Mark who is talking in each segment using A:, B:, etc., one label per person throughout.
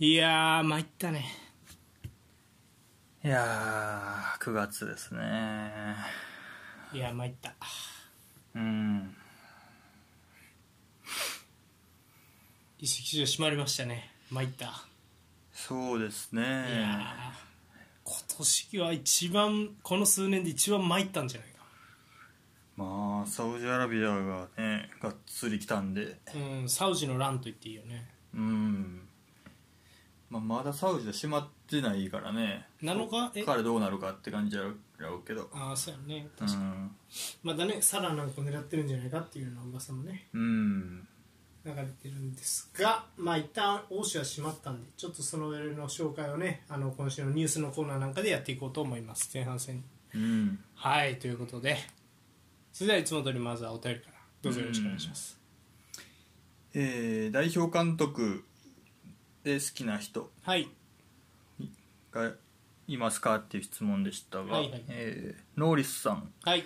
A: いやー参ったね
B: いやー9月ですね
A: いや参った
B: うん
A: 移籍場閉まりましたね参ったい
B: そうです
A: やー
B: ね
A: 今年は一番この数年で一番参ったんじゃないか
B: まあサウジアラビアがねがっつり来たんで
A: うんサウジの乱と言っていいよね
B: うん、まあ、まだサウジは閉まってないからね
A: 7日え
B: 彼どうなるかって感じやろうけど
A: ああそうやね
B: う
A: 確かに、
B: ん
A: まだねサラなんかを狙ってるんじゃないかっていうような噂もね
B: うん
A: 流れてるんですがまあ一旦欧州は閉まったんでちょっとその上の紹介をねあの今週のニュースのコーナーなんかでやっていこうと思います前半戦
B: うん
A: はいということでそれではいつも通りまずはお便りからどうぞよろしくお願いします
B: えー代表監督で好きな人
A: はい
B: がいますかっていう質問でしたが、
A: はいはい
B: えーノーリスさん
A: はい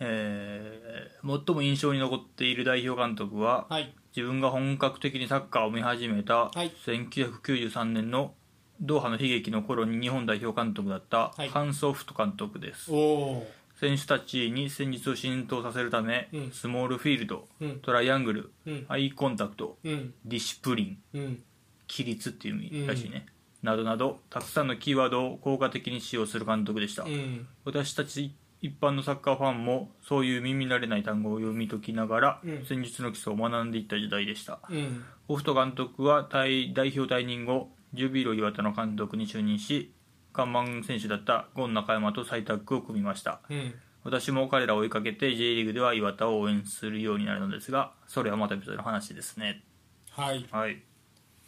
B: えー最も印象に残っている代表監督は、
A: はい
B: 自分が本格的にサッカーを見始めた
A: はい
B: 1993年のドーハの悲劇の頃に日本代表監督だった
A: はい
B: ハン・ソフト監督です、
A: おお
B: 選手たちに戦術を浸透させるため、
A: うん
B: スモールフィールド、
A: うん
B: トライアングル、
A: うん
B: アイコンタクト
A: うん
B: ディシプリン
A: うん
B: 規律っていう意味らしいね、などなどたくさんのキーワードを効果的に使用する監督でした、
A: うん
B: 私たち一般のサッカーファンもそういう耳慣れない単語を読み解きながら
A: うん
B: 戦術の基礎を学んでいった時代でした、
A: うん
B: オフト監督は代代表退任後ジュビロ磐田の監督に就任し看板選手だったゴン中山と再タッグを組みました
A: うん
B: 私も彼らを追いかけて J リーグでは磐田を応援するようになるのですがそれはまた別の話ですね
A: はい
B: はい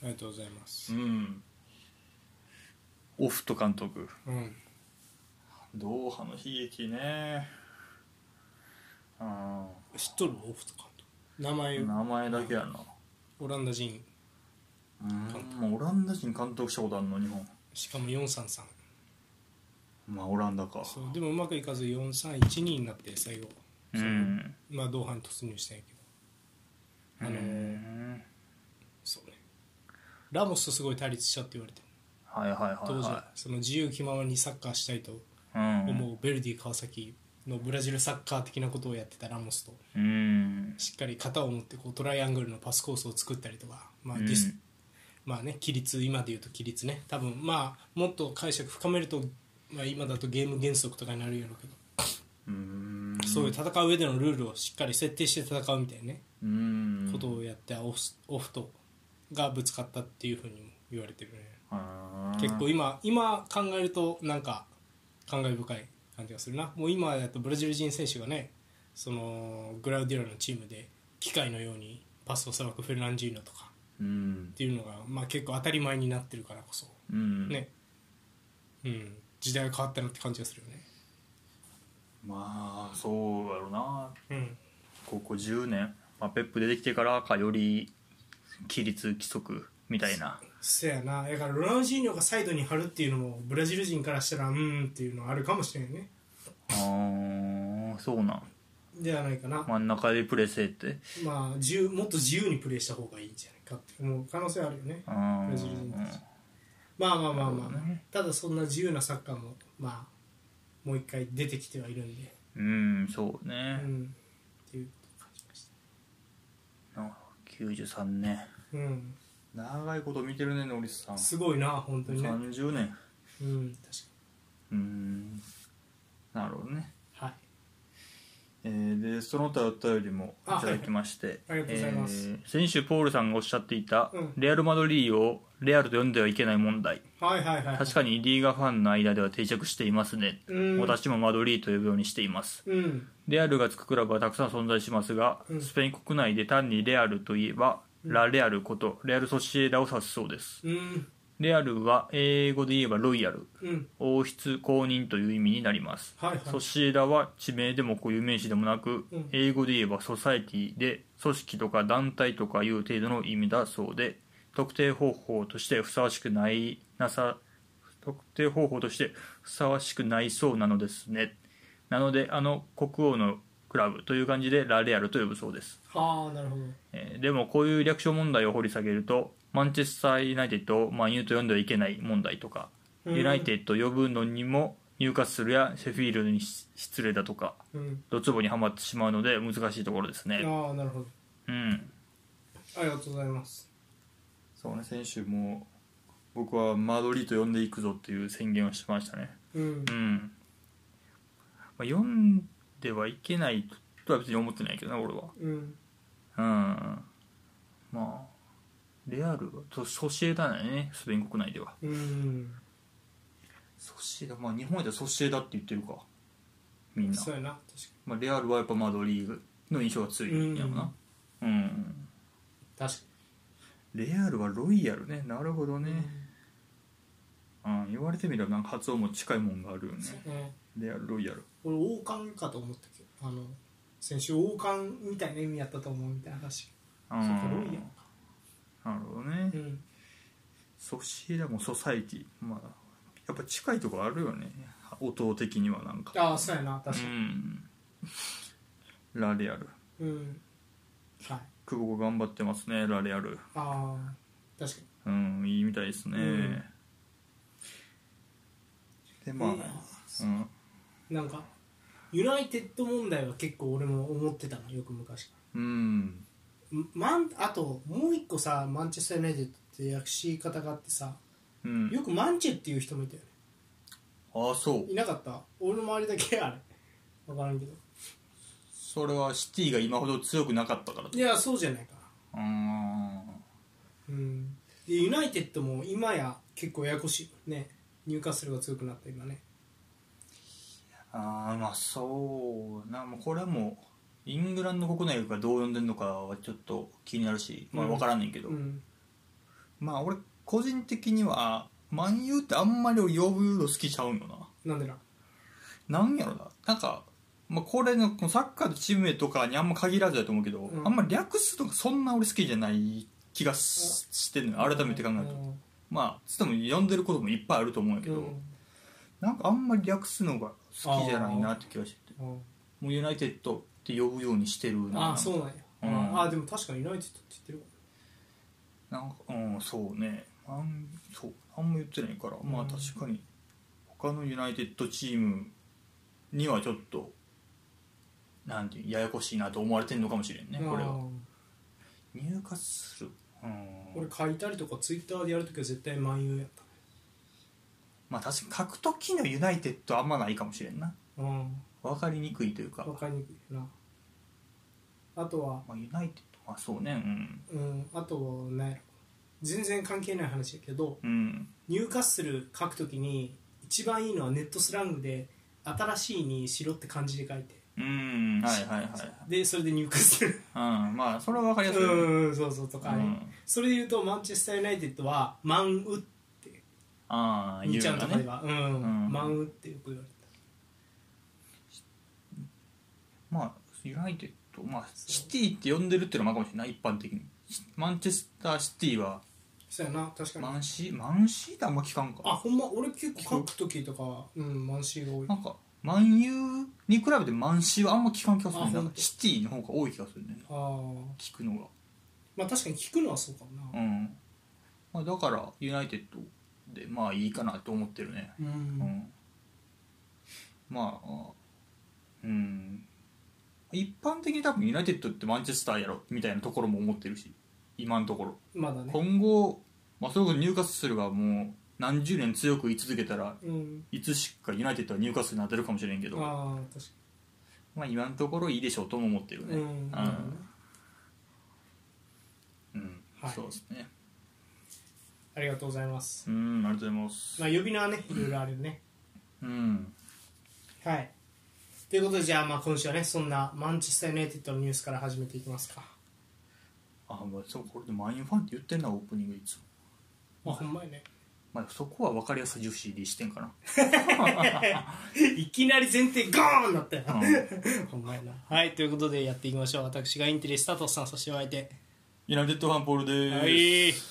A: ありがとうございます
B: うんオフト監督
A: うん
B: ドーハの悲劇ねああ
A: 知っとるオフト監督名前
B: 名前だけやな
A: オランダ人
B: うんまあオランダ人監督したことあるの日本
A: しかも433
B: まあオランダか
A: そうでもうまくいかず4312になって最後
B: うん
A: まあ同伴に突入したんやけどあの
B: うん
A: そうねラモスとすごい対立したって言われてる
B: はいはいはい
A: 当時
B: は
A: その自由気ままにサッカーしたいと
B: いうん
A: 思うベルディ川崎のブラジルサッカー的なことをやってたラモスと
B: うん
A: しっかり型を持ってこうトライアングルのパスコースを作ったりとか、まあ
B: うん
A: ディスまあね、規律今で言うと規律ね多分まあもっと解釈深めると、まあ、今だとゲーム原則とかになるやろうけど、
B: うん
A: そういう戦う上でのルールをしっかり設定して戦うみたいなね、
B: うん
A: ことをやってオフオフとがぶつかったっていうふうにも言われてるね。
B: あー
A: 結構今今考えるとなんか感慨深い感じがするなもう今だとブラジル人選手がねそのグラウディオラのチームで機械のようにパスをさばくフェルナンジーノとか
B: うん
A: っていうのが、まあ、結構当たり前になってるからこそ
B: うん
A: ねうん時代が変わったなって感じがするよね
B: まあそうやろな
A: うん
B: ここ10年まあペップ出てきてからかより規律規則みたいな
A: そやなだからロナウジーニョがサイドに張るっていうのもブラジル人からしたらうーんっていうのはあるかもしれないね
B: あーそうなん
A: ではないかな
B: 真ん中でプレスへって
A: まあ自由もっと自由にプレーした方がいいんじゃないかって思う可能性はあるよね
B: あ
A: ブラジル人たちまあまあまあまあ、ただそんな自由なサッカーもまあもう一回出てきてはいるんで、
B: うんそう
A: う
B: ね、
A: ん、っていう感じました
B: なんか93年
A: うん
B: 長いこと見てるねノリスさん
A: すごいな本当にね
B: 30年
A: うん確か
B: うんなるほどね、
A: にはい
B: えーでその他お便りもいただきまして
A: あはいありがとうございます
B: えー先週ポールさんがおっしゃっていた、
A: うん
B: レアル・マドリーをレアルと呼んではいけない問題
A: はいはいはい
B: 確かにリーガファンの間では定着していますね、
A: うん
B: 私もマドリーと呼ぶようにしています
A: うん
B: レアルがつくクラブはたくさん存在しますが、
A: うん
B: スペイン国内で単にレアルといえば、ラ・レアルことレアル・ソシエダを指すそうです
A: うん
B: レアルは英語で言えばロイヤル
A: うん
B: 王室公認という意味になります、
A: はいはい
B: ソシエダは地名でも固有名詞でもなく、
A: うん
B: 英語で言えばソサエティで組織とか団体とかいう程度の意味だそうで特定方法としてふさわしくないなさ特定方法としてふさわしくないそうなのですねなのであの国王のクラブという感じでラレアルと呼ぶそうです
A: ああなるほど
B: えーでもこういう略称問題を掘り下げるとマンチェスター・ユナイテッドを、まあ、ユーと呼んではいけない問題とか、ユナイテッド呼ぶのにも入荷するやシェフィールドにし失礼だとか
A: うん、
B: ドツボにはまってしまうので難しいところですね
A: ああなるほど
B: うん
A: ありがとうございます
B: そうね選手も僕はマドリード呼んでいくぞっていう宣言をしましたね
A: うん
B: うん、まあ、読んではいけないとは別に思ってないけどな俺は
A: うん
B: うんまあレアルはとソシエダだよねスペイン国内では
A: うん
B: ソシエダまあ日本ではソシエダって言ってるかみんな
A: そうやな確か
B: まあ、レアルはやっぱマドリーグの印象が強いんやろなうん、
A: に確か
B: レアルはロイヤルねなるほど
A: に
B: ね、うん言われてみればなんか発音も近いもんがあるよね
A: そうね
B: レアルロイヤル
A: 俺王冠かと思ったけどあの先週王冠みたいな意味やったと思うみたいな話
B: う
A: そうんかロイヤルか
B: なるほどね、
A: うん
B: ソシエダもソサイティまあやっぱ近いとこあるよね音的にはなんか
A: ああそうやな
B: う
A: 確かに
B: んラレアル
A: うんはい
B: 久保が頑張ってますねラレアル
A: ああ確かに
B: うんいいみたいですね、
A: うん
B: でまあ、うん、
A: なんかユナイテッド問題は結構俺も思ってたのよく昔か
B: うん
A: らんマンあともう一個さマンチェスター・ユナイテッドって訳し方があってさ
B: うん、
A: よくマンチェっていう人もいたよね
B: ああそう
A: いなかった俺の周りだけあれ分からんけど
B: それはシティが今ほど強くなかったから
A: いやそうじゃないか
B: うーん
A: なうんでユナイテッドも今や結構ややこしいよね入荷するが強くなった今ね
B: ああまあそうなもうこれはもうイングランド国内がどう呼んでるのかはちょっと気になるしまあ
A: うん
B: 分からんねんけど、
A: うん
B: まあ俺個人的にはマンユーってあんまり俺呼ぶの好きちゃうんよ
A: なんでな
B: ななんやろななんか、まあ、これのこのサッカーのチーム名とかにあんま限らずだと思うけど、
A: うん
B: あんま略すのがそんな俺好きじゃない気がししてんのよ改めて考えると、
A: うん
B: まあつっても呼んでることもいっぱいあると思うんやけど、なんかあんまり略すのが好きじゃないなって気がしてて
A: うんうん
B: もうユナイテッドって呼ぶようにしてるな
A: ああそうなんや、
B: うん
A: ああでも確かにユナイテッドって言ってるわ
B: なんかうんそうねあんそうあんま言ってないから、まあ
A: うん
B: 確かに他のユナイテッドチームにはちょっとなんていうややこしいなと思われてるのかもしれんねこれ
A: あ
B: は
A: ー
B: 入荷するうん
A: 俺書いたりとかツイッターでやるときは絶対万有やった
B: まあ確かに書く時のユナイテッドあんまないかもしれんな
A: うん
B: 分かりにくいというか、
A: 分かりにくいなあとは
B: まあ、ユナイテッドまあそうねうん
A: うんあとはね全然関係ない話やけど
B: うん
A: 入荷する書くときに一番いいのはネットスラングで「新しい」に「しろ」って漢字で書いて
B: うんはいはいはい
A: でそれで入荷する
B: うん、まあそれは分かりやすいよね、
A: うんそうそうとかね、
B: うん
A: それで言うとマンチェスター・ユナイテッドは「マンウ」って
B: ああ
A: 2
B: 言
A: ちゃん
B: う
A: と
B: の
A: かで
B: ね
A: は、うん、
B: うん
A: マンウってよく言われた
B: まあユナイテッドまあシティって呼んでるっていうのもあるかもしれない一般的にシマンチェスターシティは
A: そうやな確かに
B: マンシーマンシーってあんま聞かん
A: あ
B: か
A: ほんま俺結構書く時とかうんマンシーが多い
B: なんかマンユーに比べてマンシーはあんま聞かん気がする
A: あ
B: ねな
A: ほんと
B: んかシティの方が多い気がするね
A: ああ
B: 聞くのが
A: まあ確かに聞くのはそうかも
B: う
A: な、
B: ん、まあ、だからユナイテッドでまあいいかなと思ってるね
A: うん
B: うんまあうん一般的に多分ユナイテッドってマンチェスターやろみたいなところも思ってるし今のところ
A: まだね、
B: 今後、まあ、それこそ入荷するがもう何十年強く言い続けたら
A: うん、
B: いつしかユナイテッドは入荷するになってるかもしれんけど
A: ああ確か
B: まあ今のところいいでしょうとも思ってる
A: に、
B: ね
A: うんなるほどね
B: うん、
A: はい
B: そうですね
A: ありがとうございます
B: うんありがとうございます
A: まあ呼び名はねいろいろあるよね
B: うん
A: はいということでじゃあまあ今週はねそんなマンチェスター・ユナイテッドのニュースから始めていきますか
B: あまあそうこれでマインファンって言ってるなオープニングいつも、
A: あほんまやね
B: まあ、そこは分かりやすい重視でしてんかな、
A: いきなり前提ゴーンだったよ
B: うん
A: ほんまやなはいということでやっていきましょう私がインテリスタトスさんそしてお相手
B: ユナイテッドファンポールです、
A: はい。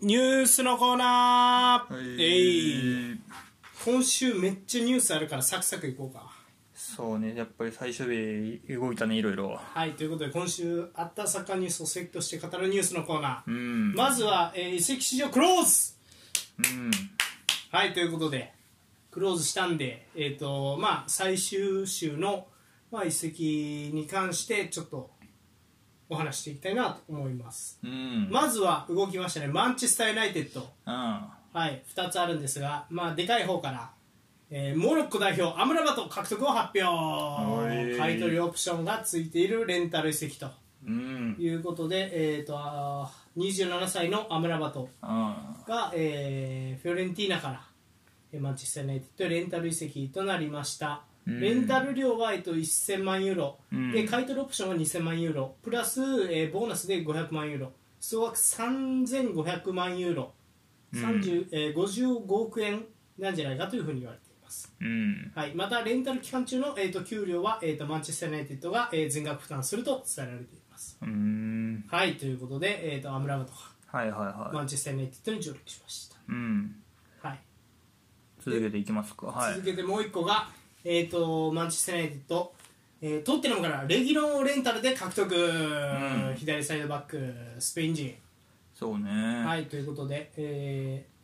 A: ニュースのコーナー、
B: はい
A: えい今週めっちゃニュースあるからサクサクいこうか
B: そうねやっぱり最初で動いたねいろいろ
A: はいということで今週あったさかニュースを説教して語るニュースのコーナー、
B: うん
A: まずは、えー移籍市場クローズ
B: うん
A: はいということでクローズしたんで、えーとまあ、最終週の、まあ、移籍に関してちょっとお話していきたいなと思います
B: うん
A: まずは動きましたねマンチェスター・ユナイテッド、
B: あ
A: はい、2つあるんですが、まあ、でかい方から、えーモロッコ代表アムラバト獲得を発表
B: い
A: 買い取りオプションがついているレンタル移籍と
B: うん
A: いうことで、えー、とあー27歳のアムラバト
B: あ
A: が、えーフィオレンティーナからえーマンチェスター・ユナイテッドへレンタル移籍となりました、
B: うん
A: レンタル料は、えっと、1000万ユーロ、
B: うん
A: で買い取りオプションは2000万ユーロプラス、えーボーナスで500万ユーロ総額3500万ユーロ、30えー55億円なんじゃないかというふうに言われています、
B: うん
A: はい、またレンタル期間中の、えー、と給料は、えー、とマンチェスター・ユナイテッドが、えー全額負担すると伝えられています
B: うん
A: はいということで、えー、とアムラバトが
B: はいはいは
A: マンチェスター・ユナイテッドに上陸しました
B: いうん
A: はい
B: 続けていきますかはい
A: 続けてもう一個が、えー、とマンチェスター・ユナイテッド、えー、トッテナムからレギュロンをレンタルで獲得、
B: ん
A: 左サイドバックスペイン人、
B: そうね
A: はいということで、えー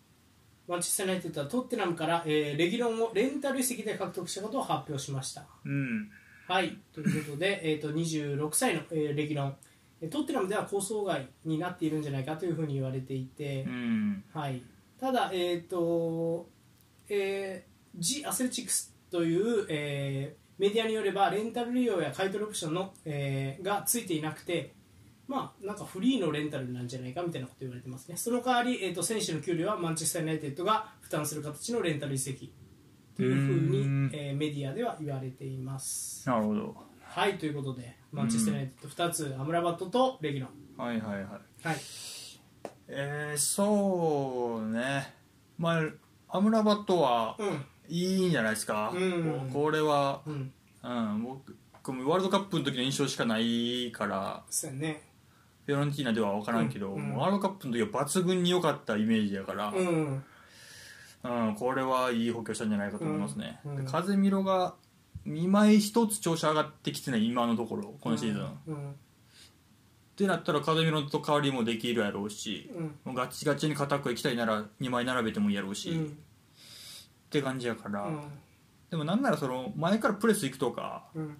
A: マンチェスター・ユナイテッドはトッテナムから、えーレギュロンをレンタル移籍で獲得したことを発表しました
B: うん
A: はいということで、 えー、と26歳の、えーレギュロンえートッテナムでは構想外になっているんじゃないかというふうに言われていて、
B: うん
A: はい、ただ、えーとえー、ジ・アスレチックスという、えーメディアによればレンタル利用や買い取りオプションの、えーがついていなくて、まあ、なんかフリーのレンタルなんじゃないかみたいなこと言われてますねその代わり、えー、と選手の給料はマンチェスター・ユナイテッドが負担する形のレンタル移籍というふう
B: うーん
A: に、えーメディアでは言われています。
B: なるほど
A: はいということでマンチェスター・ユナイテッド2つアムラバットとレギュロン。
B: はいはいはい
A: はい
B: えー、そうねまあアムラバットは
A: うん
B: いいんじゃないですか、
A: うん
B: これは、
A: うん、
B: うん、僕もワールドカップの時の印象しかないから
A: そうやね
B: フィオランティーナでは分からんけど、
A: うんうん
B: もうワールドカップの時は抜群に良かったイメージやから、
A: うん
B: うんこれはいい補強したんじゃないかと思いますね、
A: うんうん
B: カゼミロが2枚1つ調子上がってきてない今のところこのシーズン、っ
A: うん
B: てなったらカゼミロと代わりもできるやろうし
A: うん
B: もうガチガチに固くいきたいなら2枚並べてもいいやろうし、
A: う
B: っ
A: ん
B: て感じやから、
A: う
B: でもなんならその前からプレス行くとか
A: んうん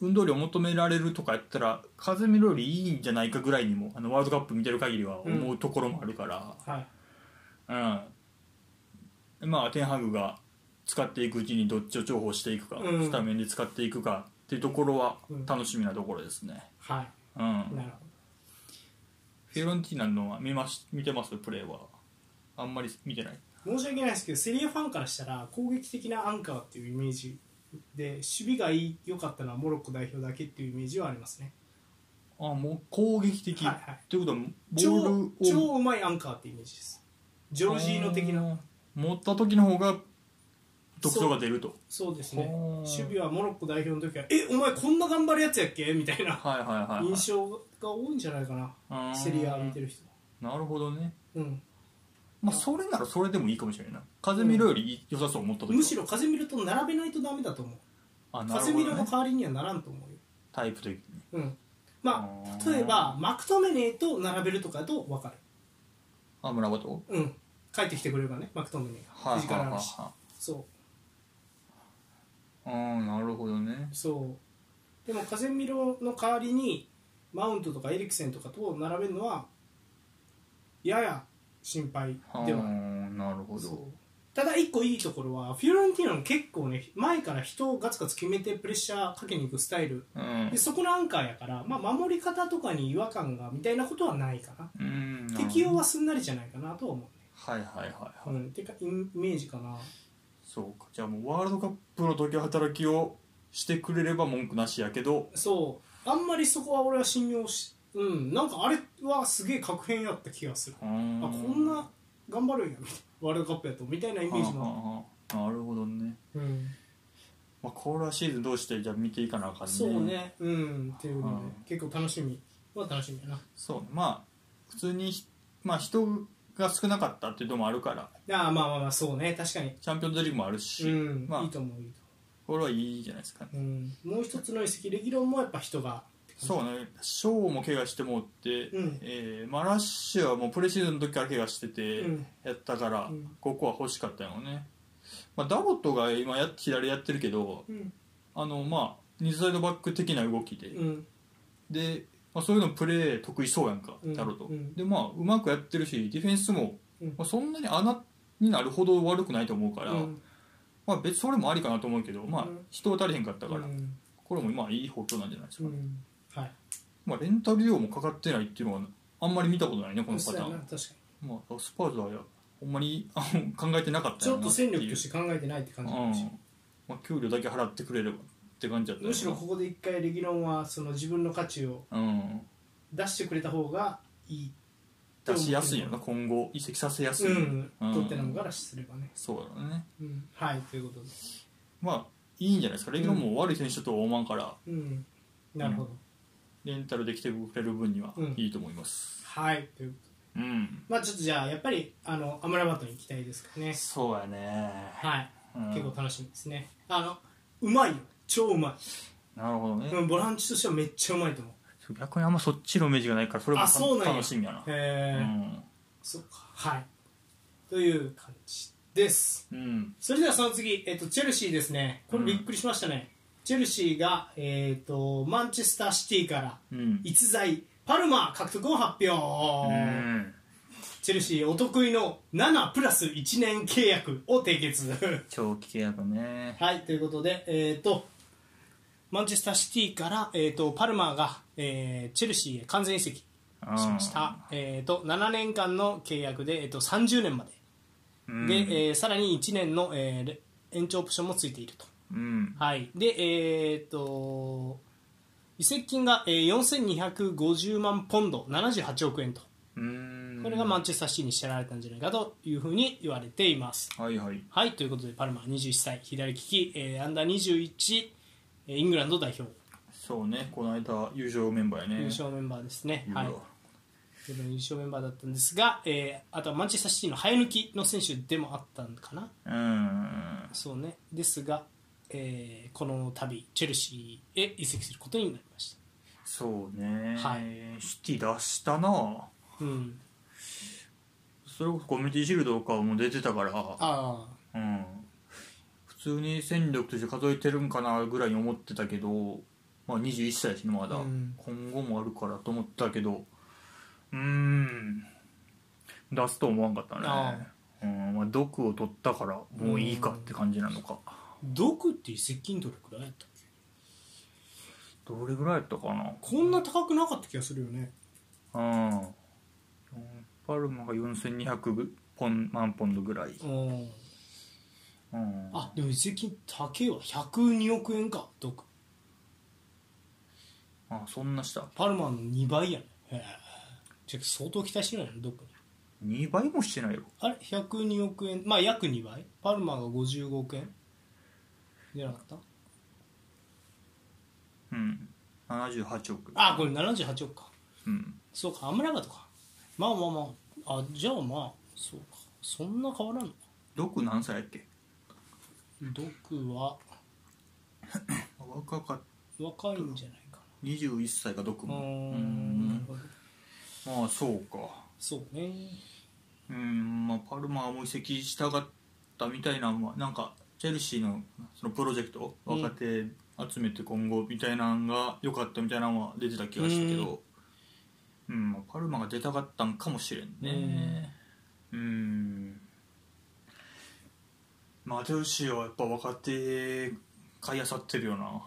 B: 運動量求められるとかやったら風見ロよりいいんじゃないかぐらいにもあのワールドカップ見てる限りは思うところもあるから、
A: はい
B: うんまあテンハグが使っていくうちにどっちを重宝していくか、
A: うん
B: スタメンで使っていくかっていうところは
A: うん
B: 楽しみなところですね、
A: は
B: うん
A: いなる
B: フィロンティーナのは見まし見てますプレーはあんまり見てない
A: ほど申し訳ないですけどセリアファンからしたら攻撃的なアンカーっていうイメージで守備がいい良かったのはモロッコ代表だけっていうイメージはありますね
B: あもう攻撃的、
A: はいはい
B: ということはボール
A: 超
B: を
A: 超うまいアンカーっていうイメージですジョージーノ的な
B: あー持った時の方が独走が出ると
A: そうですね
B: ほー
A: 守備はモロッコ代表の時はえお前こんな頑張るやつやっけみたいな
B: はいはいはいはい
A: 印象が多いんじゃないか
B: あー
A: なセリア見てる人は
B: なるほどね
A: うん
B: まあそれならそれでもいいかもしれないな風見ろより良さそう思った時は
A: むしろ風見ると並べないとダメだと思う
B: あなる
A: 風
B: ほ
A: 見
B: ど、
A: るの
B: ね、
A: 代わりにはならんと思うよ
B: タイプ的に
A: うん、ま
B: あ
A: あ
B: ー
A: 例えばマクトメネと並べるとかだと分か
B: あ村場と
A: る、うん、帰ってきてくれればねマクトメネが
B: はい
A: 時間
B: はい
A: あ
B: はい
A: るし
B: は
A: そ
B: いうんなるほどね
A: うそうでも風見ろの代わりにマウントとかエリクセンとかと並べるのはやや心配
B: は
A: ではある
B: んなるほ
A: そう
B: ど
A: ただ一個いいところはフィオレンティーナも結構ね前から人をガツガツ決めてプレッシャーかけに行くスタイル
B: うん
A: でそこのアンカーやから、まあ、守り方とかに違和感がみたいなことはないかな
B: うんなるほど
A: 適用はすんなりじゃないかなとは思う
B: はいはいはいはい、
A: うん、てかイメージかな
B: そうかじゃあもうワールドカップの時は働きをしてくれれば文句なしやけど
A: そうあんまりそこは俺は信用しうんなんかあれはすげえ確変やった気がする
B: あこ
A: あこんな頑張るんやみたいなワールドカップやとみたいなイ
B: イ
A: メージも
B: なるほどね
A: ある、うん、
B: まあ、これはシーズンどうしてじゃあ見ていかなあかんね
A: そうねうんっていうの
B: うん
A: で結構楽しみは楽しみやな
B: そうねまあ普通にひ、まあ、人が少なかったっていうのもあるから
A: ああまあまあまあそうね確かに
B: チャンピオンズリーグもあるし、
A: うん、
B: まあ
A: いいと思ういいと
B: これはいいじゃないですかね
A: うん、もう一つの移籍レギュロンもやっぱ人が
B: そうねショーも怪我してもうって、
A: うん
B: えーまあ、ラッシュはもうプレシーズンの時から怪我してて
A: うん
B: やったから、
A: うん
B: ここは欲しかったよね、まあ、ダボットが今や左やってるけど
A: うん
B: あのまあ右サイドバック的な動きで、
A: うん
B: で、まあ、そういうのプレー得意そうやんか、
A: うん
B: ダロット、
A: うん
B: でまあうまくやってるしディフェンスも、
A: うん
B: まあ、そんなに穴になるほど悪くないと思うから、
A: うん
B: まあ、別にそれもありかなと思うけど、まあ
A: うん、
B: 人足りへんかった
A: だ
B: から、これもまあいい補強なんじゃないです
A: う
B: かね、
A: んはい
B: まあ、レンタル料もかかってないっていうのはあんまり見たことないねこのパ
A: そう
B: タ
A: や
B: ーン
A: な確かに
B: まあ、スパーズはやほんまにあの考えてなかった
A: ち
B: よ
A: ょ
B: な
A: ってと
B: いう
A: 戦力として考えてないって
B: う
A: 感
B: ん
A: じかもしれない
B: まあ、給料だけ払ってくれればって感じだったよな
A: むしろここで一回レギュロンはその自分の価値を
B: うん
A: 出してくれた方がいい
B: 出しやすいよな今後移籍させやす
A: う
B: い、
A: ん、
B: うん
A: トッテナムからすればね、
B: そうだろうね
A: うん、はいということで、
B: まあいいんじゃないですかレギュラーも悪い選手とは思わんから
A: うん、なるほど、
B: レンタルできてくれる分には
A: うん
B: いいと思います
A: はいということで
B: うん、
A: まあちょっとじゃあやっぱりあのアムラバトに行きたいですかね
B: そうやね、
A: はい、
B: うん
A: 結構楽しみですねあのうまいよ超うま
B: なるほどね
A: い、うん、ボランチとしてはめっちゃうまいと思う
B: 逆にあんまそっちのイメージがないからそれも
A: あそうなんや
B: 楽しみやな
A: へえ、そっかはいという感じです
B: うん、うん、
A: それではその次、えっとチェルシーですね、これびっくりしましたね、チェルシーが、えっとマンチェスターシティから
B: うん
A: 逸材、パルマー獲得を発表、
B: うん
A: チェルシーお得意の7プラス1年契約を締結。
B: 長期契約ね
A: はいということで、えっとマンチェスターシティから、えっとパルマーが、えーチェルシーへ完全移籍し
B: うん
A: ました、えっと7年間の契約で、えっと30年まで。
B: うん
A: で、えーさらに1年の、えーレ延長オプションもついていると、
B: うん
A: はい、で、えーっと移籍金が、えー4250万ポンド78億円と
B: うん
A: これがマンチェスターシティに支払われたんじゃないかというふうに言われています
B: はいはい
A: はいということでパルマ21歳左利き、えーアンダー21えーイングランド代表
B: そうねこの間優勝メンバーやね
A: 優勝メンバーですね、
B: 優
A: はい
B: 勝、
A: 自分の優勝メンバーだったんですが、えーあとはマンチェスターシティの生え抜きの選手でもあったのかな
B: うん
A: そうねですが、えーこの度チェルシーへ移籍することになりまし
B: そうね、
A: は
B: シティ出したな
A: たうん
B: それこそコミュニティシールドとかも出てたから
A: ああ
B: うん普通に戦力として数えてるんかなぐらいに思ってたけど、まあ、21歳やしねまだ、
A: うん
B: 今後もあるからと思ったけどうーん出すと思わんかった
A: あ
B: ねうんまあ、毒を取ったからもういいかって感じなのか、
A: 毒って移籍金どれくらいやったっけ
B: どれぐらいやったかな
A: こんな高くなかった気がするよね
B: うんパルマが4200ポン万ポンドぐらい、
A: うん
B: うん、
A: あでも移籍金高えわ102億円か毒
B: あそんなした
A: パルマの2倍やねへえじゃあ相当期待してないの毒に
B: 2倍もしてないよ
A: あれ102億円まあ約2倍パルマが55億円じゃなかった
B: うん78億
A: あこれ78億か
B: うん
A: そうか、アムラバとか。まあまあまあ、あじゃあまあ、そうか、そんな変わらんのか。
B: 毒何歳やっけ
A: 毒は
B: 若かっ
A: 若いんじゃないか
B: 21歳か毒
A: な。うー
B: も
A: ん、なるほど。
B: まあそうか
A: そうね。
B: うんまあパルマーも移籍したかったみたいなのはなんかチェルシーのそのプロジェクト
A: うん
B: 若手集めて今後みたいなのが良かったみたいなのは出てた気がしたけどうん、まあ、パルマが出たかったんかもしれんねうんまあチェルシーはやっぱ若手買いあさってるよな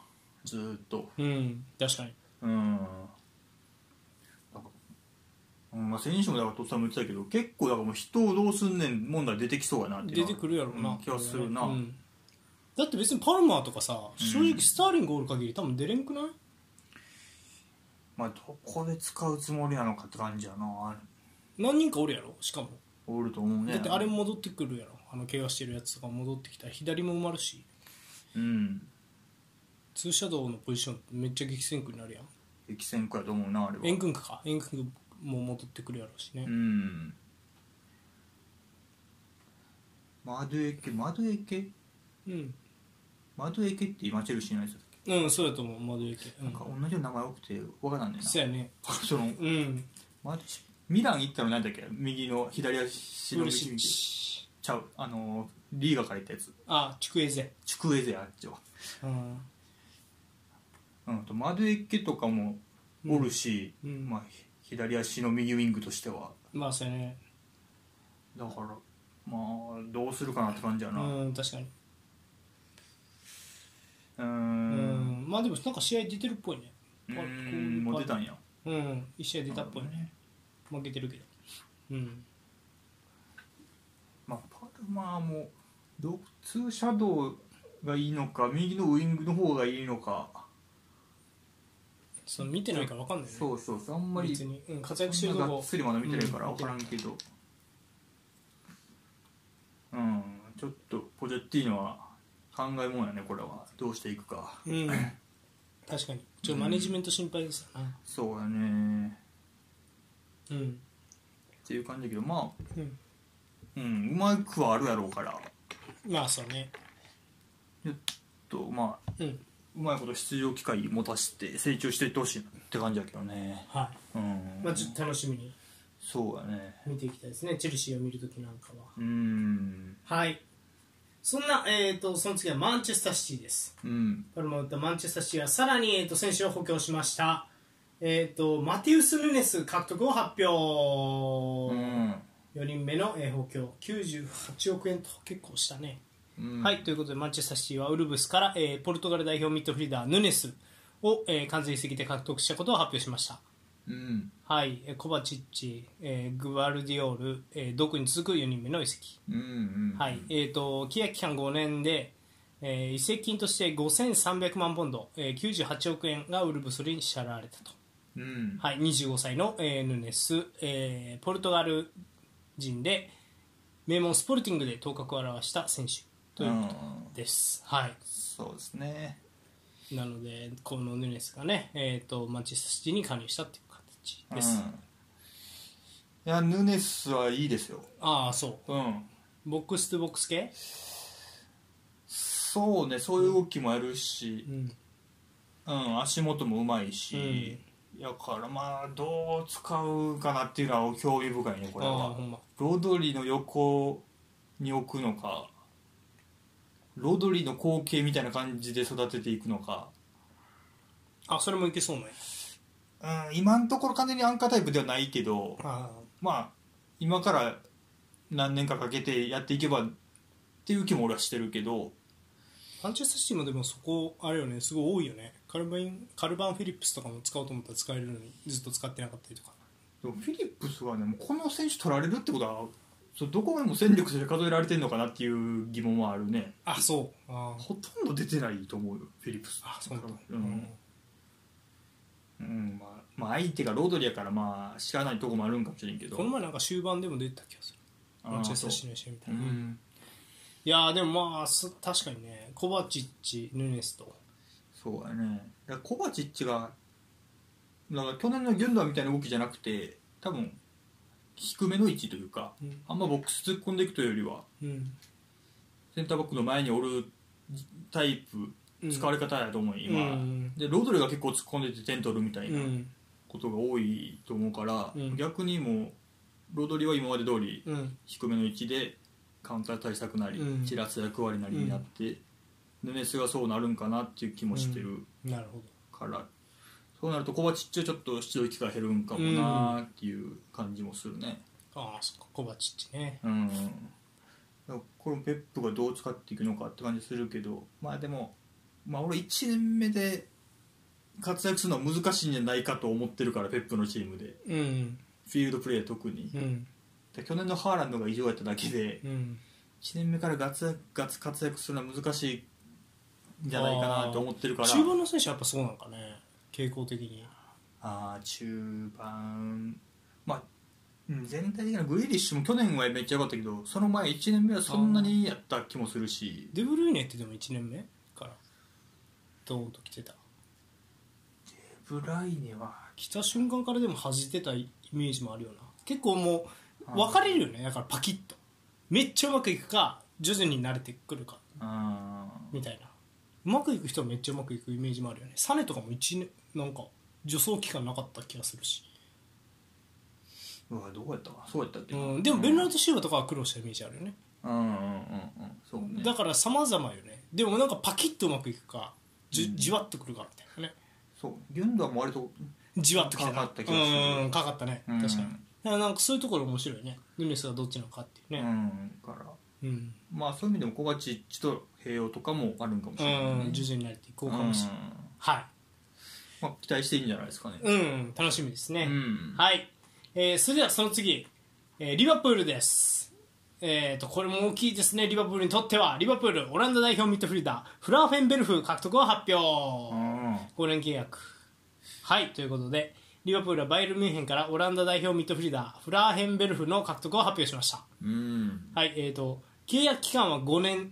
B: ずーっと
A: うん、確かに。
B: うんうんまあ、先週もだからとっさんも言ってたけど結構だからもう人をどうすんねん問題出てきそうやなっていう
A: 出
B: のは
A: てくるやろうな。
B: うん気はするな、
A: うんだって別にパルマーとかさ、正直スターリングおる限り多分出れんくない
B: まあ、どこで使うつもりなのかって感じやな
A: 何人かおるやろ、しかも。
B: おると思うね
A: だってあれも戻ってくるやろ。あの、怪我してるやつとか戻ってきたら左も埋まるし、
B: うん
A: ツーシャドウのポジションめっちゃ激戦区になるやん。
B: 激戦区やと思うなあれは
A: エンクンクかエンクンクも戻ってくるやろうしね、
B: うんマドエケマドエケ
A: うん
B: マドエケって今チェルシーのやつだっけ
A: うんそうやと思う窓行けうん
B: なんか同じような名前多くてわからんねんな
A: そうやね
B: そ
A: う
B: の
A: ん
B: マドミラン行ったのなんだっけ右の左足
A: プル
B: の右
A: シッ
B: 右
A: チ
B: ちゃうあのーリーガから行ったやつ
A: あチュクエゼ
B: チュクエゼあっちは
A: うん
B: うんとマドエケとかもおるし、
A: うんうん
B: まあひ左足の右ウィングとしては
A: まあそうやね
B: だからまあどうするかなって感じやな
A: うん確かに
B: うー
A: うんんまあでもなんか試合出てるっぽいね
B: う
A: こう
B: ーんもう出たんや
A: うん一試合出たっぽいね
B: ね
A: 負けてるけどうん
B: まあ、パルマーもドツーシャドウがいいのか右のウイングの方がいいのか、
A: その見てないから分かんないね
B: そうそうそうあんまり
A: 別に、うん、活躍してる
B: そ
A: と
B: んなが
A: こ
B: っつりまだ見てないから
A: うん
B: 分からんけどうん、ちょっとポジェッティーノは考えもんやねこれはどうしていくか
A: うん確かにちょっとマネジメント心配ですよな
B: そうやね
A: うん
B: っていう感じだけどまあ
A: うん
B: うんうまくはあるやろうから
A: まあそうね
B: とまあ
A: うん
B: うまいこと出場機会持たせて成長していってほしいなって感じだけどね
A: は
B: うん
A: いまあちょっと楽しみに
B: そうやね
A: 見ていきたいですねチェルシーを見るときなんかは
B: うーん
A: はいそんな、えー、とその次はマンチェスターシティです
B: うん
A: パルマを打ったマンチェスターシティはさらに、えー、と選手を補強しました、えー、とマティウス・ヌネス獲得を発
B: う
A: 表、
B: ん
A: 4人目の、えー補強98億円と結構したね、
B: うん
A: はいということでマンチェスターシティはウルブスから、えーポルトガル代表ミッドフィルダーヌネスを、えー完全移籍で獲得したことを発表しました
B: うん
A: はい、えーコバチッチ、えーグバルディオール、えードクに続く4人目の移籍、
B: うんうん
A: はいえー、と契約期間5年で、えー移籍金として5300万ポンド、えー98億円がウルブスに支払われたと、
B: うん
A: はい、25歳の、えーヌネス、えーポルトガル人で名門スポルティングで頭角を現した選手というこ
B: うん
A: とです、はい、
B: そうですね
A: なのでこのヌネスがね、えー、とマンチェスターシティに加入したという形
B: うん
A: です、
B: いやヌネスはいいですよ
A: ああそう
B: うん
A: ボックスとボックス系、
B: そうねそういう動きもあるし
A: うん
B: うん足元もうまいしやからまあどう使うかなっていうのは興味深いねこれ
A: ああ
B: は
A: ほんま
B: ロドリの横に置くのかロドリの後継みたいな感じで育てていくのか
A: あそれもいけそうなんや
B: うん、今のところ完全にアンカータイプではないけど、
A: あ
B: まあ、今から何年かかけてやっていけばっていう気も俺はしてるけど、
A: マンチェスターシティもでもそこあれよねすごい多いよねカルバインカルバン・フィリップスとかも使おうと思ったら使えるのにずっと使ってなかったりとか
B: でもフィリップスはね、もうこの選手取られるってことは、そうどこまでも戦力として数えられてるのかなっていう疑問はあるね。
A: あそうあ
B: ほとんど出てないと思うよ、フィリップス。
A: あそうなんだ
B: うんうんまあ、まあ相手がロドリやからまあ知らないとこもあるんかもしれんけど
A: この前なんか終盤でも出てた気がする
B: あー
A: マンチェスターシティの試合みた
B: そう
A: いうな、い
B: ん
A: やーでもまあす確かにねコバチッチヌネスと
B: そうだねだからコバチッチがだから去年のギュンダンみたいな動きじゃなくて多分低めの位置というか
A: うん、
B: あんまボックス突っ込んでいくというよりは
A: うん
B: センターバックの前におるタイプ使われ方やと思う、今、
A: うん
B: でロドリが結構突っ込んでて点取るみたいうなんことが多いと思うから、
A: うん
B: 逆にもうロドリは今まで通り
A: うん
B: 低めの位置でカウンター対策なり
A: うん
B: 散らす役割なりになって、ヌネスがそうなるんかなっていう気もしてる。
A: なるほど
B: からそうなるとコバチッチはちょっと出場機会減るんかもなーっていう感じもするね
A: ああそっかコバチッチね
B: うん、だからこれもペップがどう使っていくのかって感じするけどまあでもまあ俺1年目で活躍するのは難しいんじゃないかと思ってるからペップのチームで
A: うん
B: フィールドプレー特に
A: う、ん
B: で去年のハーランドが異常やっただけで
A: うん
B: 1年目からガツガツ活躍するのは難しいんじゃないかなと思ってるから
A: 中盤の選手はやっぱそうなんかね傾向的に
B: あー中盤まあうん全体的なグリーリッシュも去年はめっちゃ良かったけどその前1年目はそんなにやった気もするし
A: デブルイネってでも1年目からドーンと来てた
B: ブライネは
A: 来た瞬間からでも弾いてたイメージもあるよな結構もう分かれるよねだからパキッとめっちゃうまくいくか徐々に慣れてくるか
B: あー
A: みたいなうまくいく人はめっちゃうまくいくイメージもあるよねサネとかも1年なんか助走期間なかった気がするし、
B: うわどこやったかなそうやったっけ
A: う
B: な、
A: ん、でもベルナルド・シーバとかは苦労したイメージあるよね
B: うんうんうんうんそうね
A: だから様々よねでもなんかパキッとうまくいくかじ,、
B: うん
A: じわっとくるかみたいなね
B: そうギュンドアンも割と
A: じわっときたな
B: かかった気がする
A: うんかかったね
B: うん
A: 確かに、だからなんかそういうところ面白いねヌネスがどっちなのかっていう
B: う
A: ね
B: んから
A: うん、
B: まあそういう意味でもコバチッチと併用とかもあるんかもし
A: う
B: れない、
A: ん
B: ね、
A: 徐々に慣れていこうかもしれない、
B: うん
A: はい
B: まあ、期待していいんじゃないですかね
A: うん楽しみですね、
B: うん
A: はい、えーそれではその次、えーリバプールですえー、とこれも大きいですねリバプールにとってはリバプールオランダ代表ミッドフィルダーフラーフェンベルフ獲得を発表、
B: うん
A: 5年契約はいということでリバプールはバイエルンミュンヘンからオランダ代表ミッドフィルダーフラーヘンベルフの獲得を発表しました
B: うん
A: はいえー、と契約期間は5年、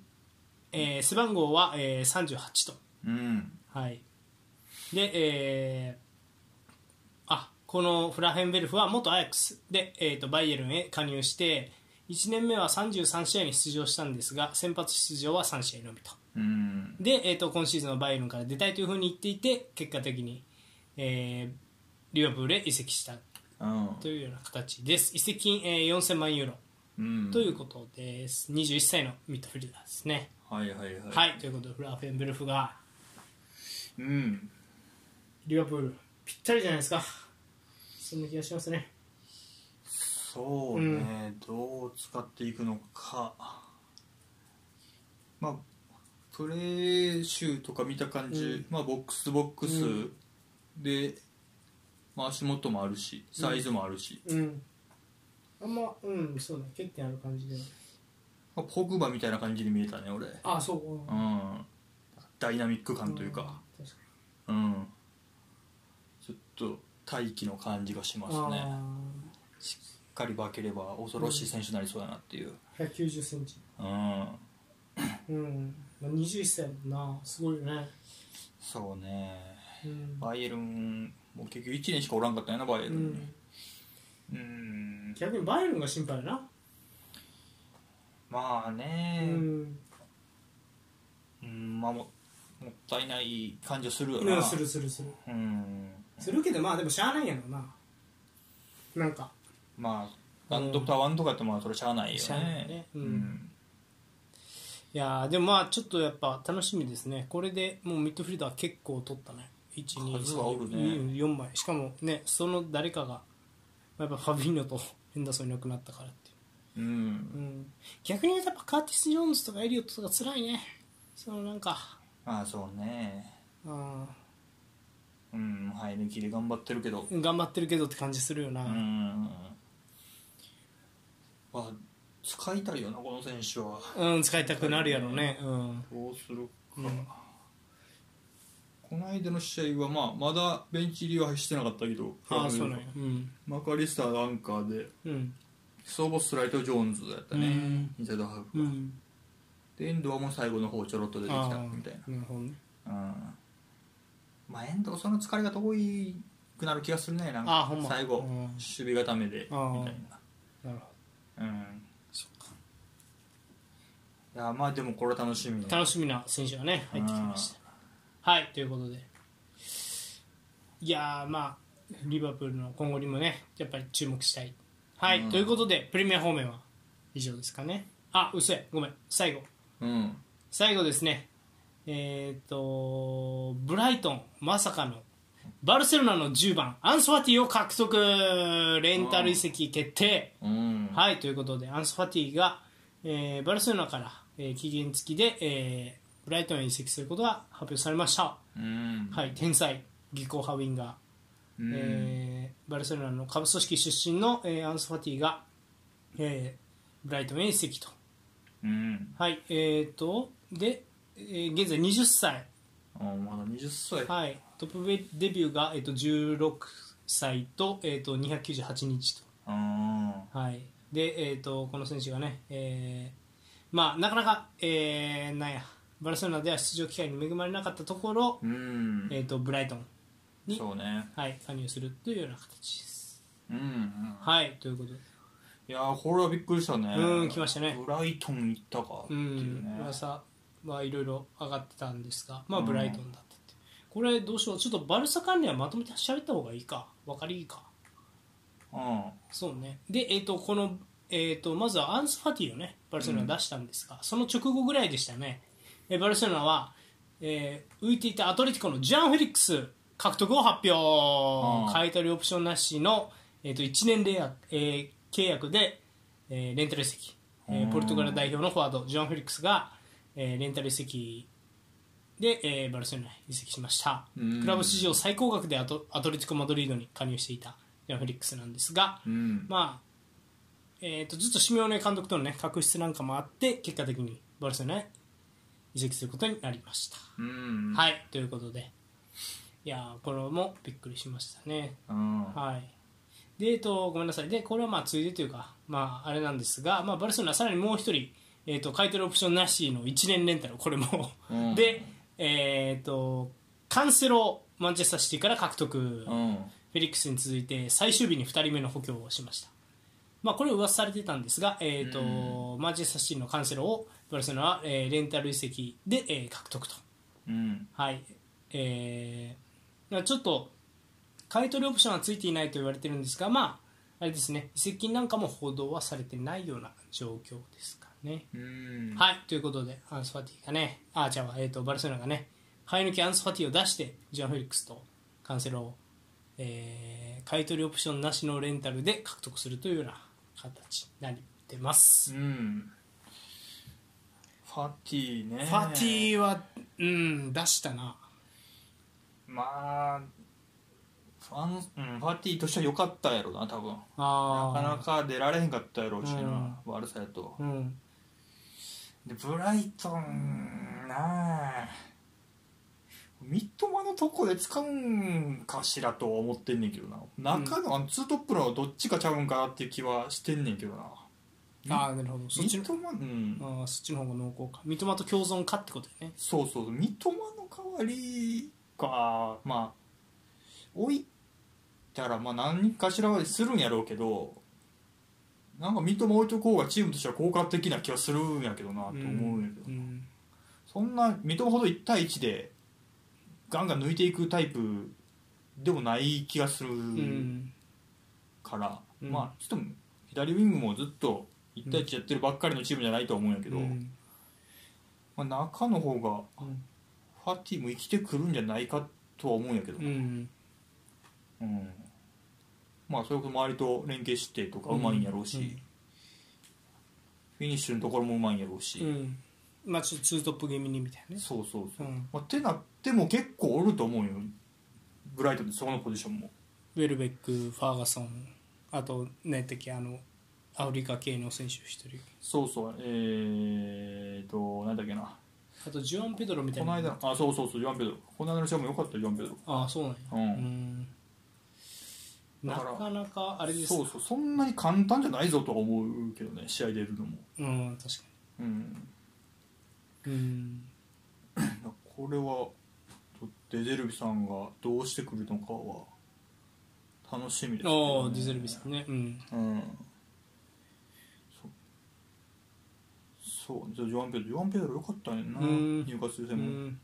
A: えー背番号は、えー38と
B: うん
A: はい、で、えーあこのフラヘンベルフは元アヤックスで、えー、とバイエルンへ加入して1年目は33試合に出場したんですが先発出場は3試合のみと
B: うん
A: で、えー、と今シーズンはバイエルンから出たいというふうに言っていて結果的に、えーリバプールへ移籍した
B: うん
A: というような形です移籍金、えー4000万ユーロ
B: うん
A: ということです21歳のミッドフィルダーですね
B: はいはいはい
A: はいということでフラヘンベルフが
B: うん
A: リバプールぴったりじゃないですかそんな気がしますね
B: そうね、どう使っていくのかまあプレー集とか見た感じ、
A: うん
B: まあボックスボックス
A: うん
B: で、まあ、足元もあるしサイズもあるし、
A: うんあんまうんそうね欠点ある感じで
B: まあ、ポグバみたいな感じに見えたね俺
A: あそう
B: うんダイナミック感というか
A: 確か
B: うん、ちょっと大気の感じがしま
A: に
B: すね
A: あ
B: しっかり化ければ恐ろしい選手になりそうだなっていう
A: あ1 9 0ンチ
B: うん
A: うん、まあ、21歳もんなすごいよね
B: そうね
A: うん、
B: バイエルンもう結局1年しかおらんかったよなバイエ
A: う
B: ルン
A: ん、
B: うんん
A: 逆にバイエルンが心配だな
B: まあ
A: う
B: ね
A: ん、
B: うんまあももったいない感じはするよ
A: う、
B: なん
A: するするする
B: うん
A: するけどまあでもしゃあないんやろななんか
B: まあ監督とワンとかやってもそれしゃあないよね
A: しゃあないねう
B: うんん
A: いやーでもまあちょっとやっぱ楽しみですねこれでもうミッドフィルダー結構取ったね
B: 数はおるね
A: 124枚しかもねその誰かがまあやっぱファビーノと ヘンダーソンいなくなったからって
B: う
A: いう、うんん、逆に言うとやっぱカーティス・ジョーンズとかエリオットとか辛いねそのなんか
B: まあそうね
A: あ
B: うん生え抜きで頑張ってるけど
A: ー頑張ってるけどって感じするよな、
B: うんまあ使いたいよなこの選手は
A: うん使いたくなるやろうねうん
B: どうするか、
A: うん
B: この間の試合は、まあ、まだベンチ入りはしてなかったけど
A: ああそうなんやうん
B: マカリスターがアンカーで
A: うん
B: ソーボスライト・ジョーンズやったね、
A: うん
B: インサイドハーフ、
A: うん
B: で遠藤も最後の方ちょろっと出てきた
A: あー
B: みたいな
A: なるほどね
B: うんまあ遠藤その疲れが遠いくなる気がするねなん
A: あー
B: か
A: ほんま
B: 最後、
A: うん
B: 守備固めでみたい
A: あー
B: な
A: なるほ
B: うん
A: そ
B: いやまあでもこれ楽しみね
A: ど楽しみな選手がね入ってきましたはい、ということで、いやー、まあ、リバプールの今後にもね、やっぱり注目したい。はい、
B: うん
A: ということで、プレミア方面は以上ですかね。あ、うそや、ごめん、最後、
B: うん
A: 最後ですね、えっ、と、ブライトン、まさかの、バルセロナの10番、アンソファティを獲得、レンタル移籍決定。
B: うん
A: はい、ということで、アンス・ファティが、えーバルセロナから、えー期限付きで、えーブライトンへ移籍することが発表されました。
B: うん
A: はい、天才、技巧派ウィンガー、
B: うん
A: えーバルセロナの下部組織出身の、えーアンス・ファティが、えーブライトンへ移籍と。
B: うん
A: はい、えーと、で、えー現在20歳、
B: あまだ20歳、
A: はい、トップデビューが、えー、と16歳と,、えー、と298日と。
B: あ
A: はい、で、えーと、この選手がね、えーまあ、なかなか、えーなんやバルセロナでは出場機会に恵まれなかったところ、
B: うん、
A: えー、とブライトンに、
B: そうね
A: はい、加入するというような形です。
B: うんうん
A: はい、ということで、
B: いやーこれはびっくりしたね
A: うん来ましたね
B: ブライトン行ったかって
A: う
B: いうんね、
A: 噂はいろいろ上がってたんですが、まあ、ブライトンだったって、これどうしようちょっとバルサ関連はまとめて喋った方がいいか分かりいいか
B: あ
A: そうねで、えー、とこの、えー、とまずはアンス・ファティをねバルセロナ出したんですが、その直後ぐらいでしたねえーバルセロナは、えー浮いていたアトレティコのジャン・フェリックス獲得を発
B: うん
A: 表買い取りオプションなしの、えー、と1年レア、えー契約で、えーレンタル移籍、えー
B: うん
A: ポルトガル代表のフォワードジャン・フェリックスが、えーレンタル移籍で、えーバルセロナに移籍しました、
B: うん
A: クラブ史上最高額でアトアトレティコ・マドリードに加入していたジャン・フェリックスなんですが、
B: うん
A: まあえー、とずっとシミオネ監督との、ね、確執なんかもあって結果的にバルセロナに移籍することになりました。
B: うん
A: はいということでいやーこれもびっくりしましたね。
B: うん
A: はいでえー、とごめんなさいでこれはまあついでというか、まあ、あれなんですが、まあ、バルセロナはさらにもう一人、えー、と買い取りオプションなしの1年レンタルこれも、
B: うん
A: で、えー、とカンセロをマンチェスターシティから獲得。
B: うん
A: フェリックスに続いて最終日に2人目の補強をしました、まあ、これ噂されてたんですが、えーとマンチェスターシティのカンセロをバルセロナは、えーレンタル移籍で、えー獲得と、
B: うん
A: はいえーまあちょっと買い取りオプションはついていないと言われてるんですが、まあ、あれですね移籍金なんかも報道はされてないような状況ですかね。
B: うん
A: はい、ということで、アンスファティがね、あ、じゃあ、えー、とバルセロナがね、買い抜きアンスファティを出して、ジャン・フェリックスとカンセロを、えー買い取りオプションなしのレンタルで獲得するというような形になってます。
B: うんファティね
A: ファティは、うん、出したな。
B: まあファン、うん、ファティとしては良かったやろな多分
A: あ
B: な
A: ー
B: かなか出られへんかったやろうしな、悪さやと
A: うん、
B: でブライトンなあ三笘のとこで使うんかしらとは思ってんねんけどな中のあのツートップのどっちかちゃうんかなっていう気はしてんねんけどな
A: あーなるほど。そ
B: 三
A: っちの
B: 笘うん
A: あーそっちの方が濃厚か。三笘と共存かってことだよね。
B: そうそう三笘の代わりかまあ置いたらまあ何かしらはするんやろうけどなんか三笘置いとこうがチームとしては効果的な気はするんやけどなと思うんやけど、
A: うん
B: そんな三笘ほど1対1でガンガン抜いていくタイプでもない気がする
A: うん
B: から、
A: うん
B: まあちょっと左ウィングもずっと1対1やってるばっかりのチームじゃないとは思うんやけど、
A: うん
B: まあ、中の方が
A: うん
B: ファティも生きてくるんじゃないかとは思うんやけど、
A: うん
B: うんまあそれこそ周りと連携してとかうまいんやろうし、
A: うんうん
B: フィニッシュのところもうまいんやろうし、
A: うんまあちょっとツートップ気味にみたいなね。
B: そうそうそうう、
A: ん
B: まあ、ってなっても結構おると思うよブライトンってそこのポジションも
A: ウェルベック、ファーガソン、あと、何やったっけ、あの、アフリカ系の選手一人、
B: そうそうえーとなんだっけな
A: あと、ジュアン・ペドロみた
B: こ
A: い
B: の
A: な。
B: 間のあそうそうそうジョアン・ペドロこの間の試合も良かったよジョアン・ペドロ
A: ああ、そうなんや。
B: うん
A: んな
B: だから
A: かなか、あれです
B: そうそうそんなに簡単じゃないぞとは思うけどね試合出るのも
A: うん、確か
B: うん
A: に。うん。
B: これはデゼルビさんがどうしてくるのかは楽しみですけど
A: ああ、ディゼルビスね。うん。
B: うんそそうじゃあジョアン・ペドロジョアン・ペドロ良かったんやな
A: うん
B: 入荷する
A: う
B: 戦も、
A: ん、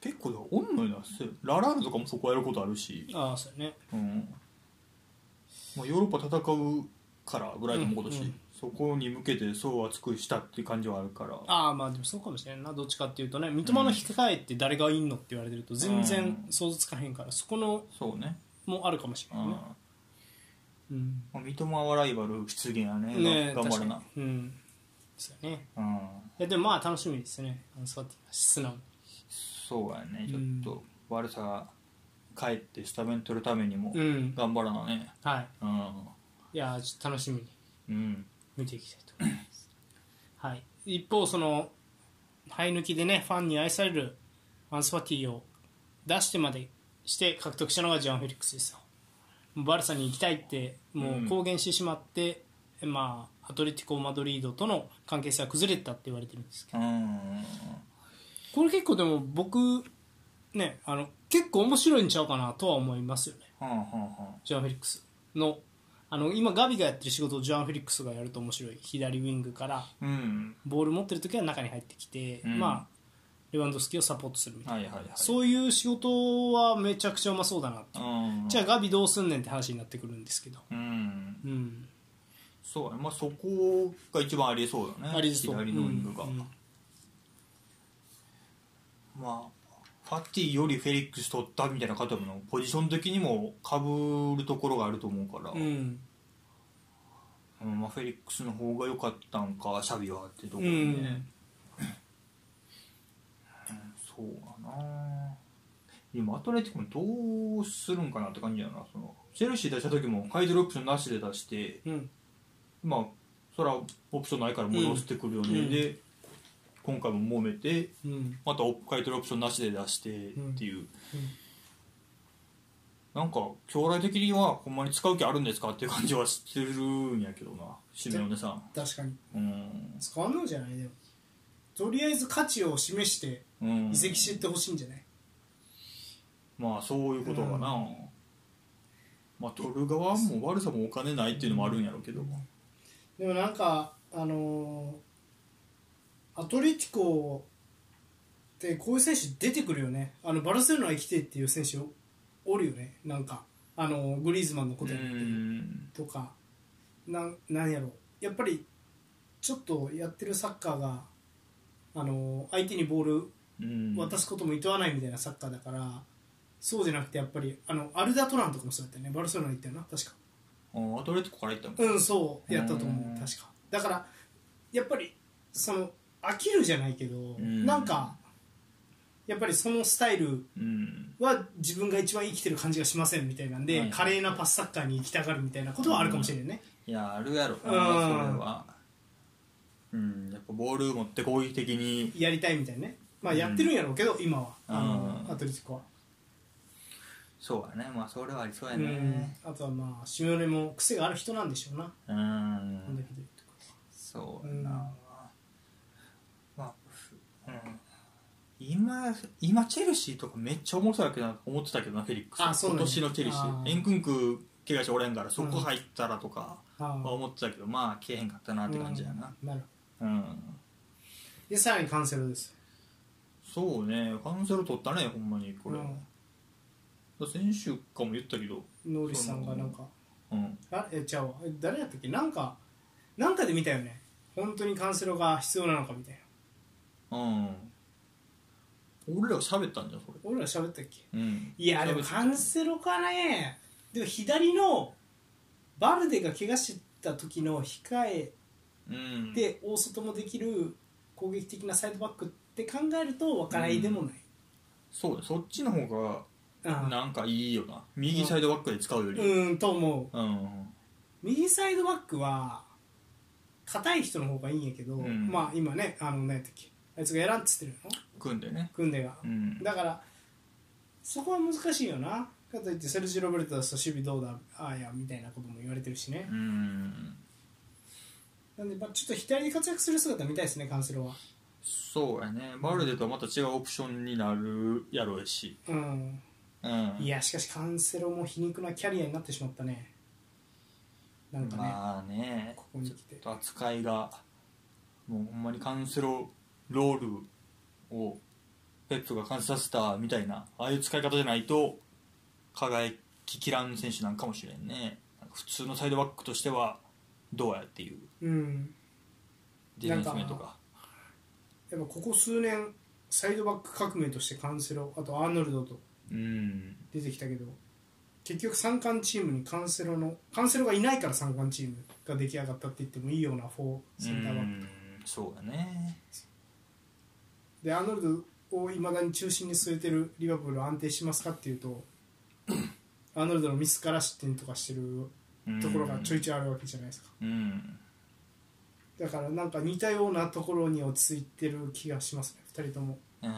B: 結構だからおんのよなせララールとかもそこやることあるし
A: ああ、そうやね。
B: うんまあ、ヨーロッパ戦うからぐらいのことし、
A: うんうん
B: そこに向けてそう厚くしたっていう感じはあるから
A: ああ、まあでもそうかもしれんな。どっちかっていうとね、三笘の控えって誰がいんのって言われてると、全然想像つかへんから、そこの
B: そうね、
A: もあるかもし
B: う
A: れな
B: ん
A: いね。うん。
B: まあ、三笘はライバル出現やね
A: ねえ、
B: 頑
A: 確
B: 張
A: か
B: る
A: に
B: な。
A: うん。そうやね。
B: うん
A: いやでもまあ楽しみですね、アンスファティは素直に。
B: そうやねちょっと悪さが帰ってスタメン取るためにも
A: うん、
B: 頑張らなね
A: はい、
B: うん
A: いやーちょっと楽しみに
B: うん
A: 見ていきたいと思います。はい、一方、その生え抜きでね、ファンに愛されるアンスファティを出してまでして獲得したのがジョアン・フェリックスですよ。もうバルサに行きたいってもう公言してしまって、まあ、アトレティコ・マドリードとの関係性は崩れてたって言われてるんですけど、
B: うん
A: これ結構でも僕、ね、あの結構面白いんちゃうかなとは思いますよね。
B: はんはんはん
A: ジョアン・フェリックスのあの今ガビがやってる仕事をジョアン・フェリックスがやると面白い左ウィングから
B: うん
A: ボール持ってる時は中に入ってきて、
B: うん
A: まあ、レバンドフスキをサポートするみたいな、
B: はいはいはい
A: そういう仕事はめちゃくちゃうまそうだなって
B: うん
A: じゃあガビどうすんねんって話になってくるんですけど、
B: うん
A: うん、
B: そうだねまあそこが一番ありえそうだね
A: ありそう
B: 左のウィングが、
A: うんうん
B: まあファッティよりフェリックス取ったみたいな方のポジション的にもかぶるところがあると思うから、
A: うん
B: うんまあ、フェリックスの方が良かったんかシャビはってとこ
A: う
B: ろでね、
A: ん
B: そうだな今アトレティコもどうするんかなって感じだよなそのチェルシー出した時もハイドルオプションなしで出して
A: うん
B: まあそらオプションないから戻してくるよね、
A: うん
B: で今回も揉めて
A: うん
B: またオフ買い取りオプションなしで出してっていう、なんか将来的にはほんまに使う気あるんですかっていう感じはしてるんやけどなシメオネさん
A: 確かに
B: うん
A: 使わんのじゃないでもとりあえず価値を示して
B: うん
A: 移籍していってほしいんじゃない、
B: まあそういうことかな、まあ取る側も悪さもお金ないっていうのもあるんやろうけど
A: でもなんかあのーアトレティコってこういう選手出てくるよねあのバルセロナ行きてえっていう選手おおるよねなんかあのーグリーズマンのこ
B: う
A: とやって
B: ん
A: とかなんなんやろやっぱりちょっとやってるサッカーがあの相手にボール
B: うん
A: 渡すことも厭わないみたいなサッカーだからそうじゃなくてやっぱりあのアルダトランとかもそうだったよねバルセロナ行ったよな確か
B: あアトレティコから行ったんか
A: うんそうやったと思
B: う
A: うん確かだからやっぱりその飽きるじゃないけど
B: ん
A: なんかやっぱりそのスタイル
B: うん
A: は自分が一番生きてる感じがしませんみたいなんで、
B: はい
A: 華麗なパスサッカーに行きたがるみたいなことはあるかもしれないね、
B: いやあるやろなそれはうんやっぱボール持って攻撃的に
A: やりたいみたいなねまあやってるんやろうけど、今はあの
B: うん
A: アトレティコは、
B: そうやねまあそれはありそうや
A: う
B: ね
A: んあとはまあシメオネも癖がある人なんでしょうな、
B: うん、
A: なんだけどとか
B: そうやな、まあふうん今今チェルシーとかめっちゃ重そうやけどな思ってたけどなフェリックス
A: あそうなん
B: 今
A: や
B: 年のチェルシ
A: あ
B: ー
A: ー
B: エンクンク怪我しておれんからそこ入ったらとか
A: あ
B: は思ってたけど、まあ消えへんかったな
A: あ
B: って感じやな
A: うんなるほ
B: うん、
A: どでさらにカンセロです
B: そうねカンセル取ったねほんまにこれ、
A: う
B: 先週かも言ったけど
A: んノーリスさんがなんか
B: うん
A: あえちゃうわえ誰やったっけなんかなんかで見たよね本当にカンセロが必要なのかみたいな
B: うん俺らが喋ったんじゃんそれ
A: 俺ら喋ったっけ
B: うん
A: いやでも
B: 喋って
A: カンセロかねでも左のバルデが怪我した時の控え
B: うん
A: で大外もできる攻撃的なサイドバックって考えると分からないでもない、
B: そうだそっちの方が
A: うん
B: なんかいいよな右サイドバックで使うより
A: うんと思う
B: うん
A: 右サイドバックは硬い人の方がいいんやけど、
B: うん
A: まあ今ねあの何やったっけあいつがやらんっつってるの
B: 組んでね
A: 組んでが
B: うん
A: だからそこは難しいよなかといってセルジー・ロベルトだと守備どうだああやみたいなことも言われてるしね
B: うん
A: なんで、まあ、ちょっと左で活躍する姿見たいですねカンセロは
B: そうやねバルデとはまた違うオプションになるやろうし
A: うん
B: うん
A: いやしかしカンセロも皮肉なキャリアになってしまったねなんかね、
B: まあね
A: ここに来て
B: ちょっと扱いがもうほんまにカンセロロールをペップが完成させたみたいなああいう使い方じゃないと輝ききらん選手なんかもしれんね普通のサイドバックとしてはどうやっていう
A: うん
B: ディフェンス面とか
A: やっぱここ数年サイドバック革命としてカンセロあとアーノルドと
B: うん
A: 出てきたけど結局三冠チームにカンセロのカンセロがいないから三冠チームが出来上がったって言ってもいいようなフォーセンターバック
B: うんそうだね
A: でアーノルドをいまだに中心に据えてるリバプールは安定しますかっていうと アーノルドのミスから失点とかしてるところがちょいちょいあるわけじゃないですか
B: うん
A: だからなんか似たようなところに落ち着いてる気がしますね2人とも
B: うん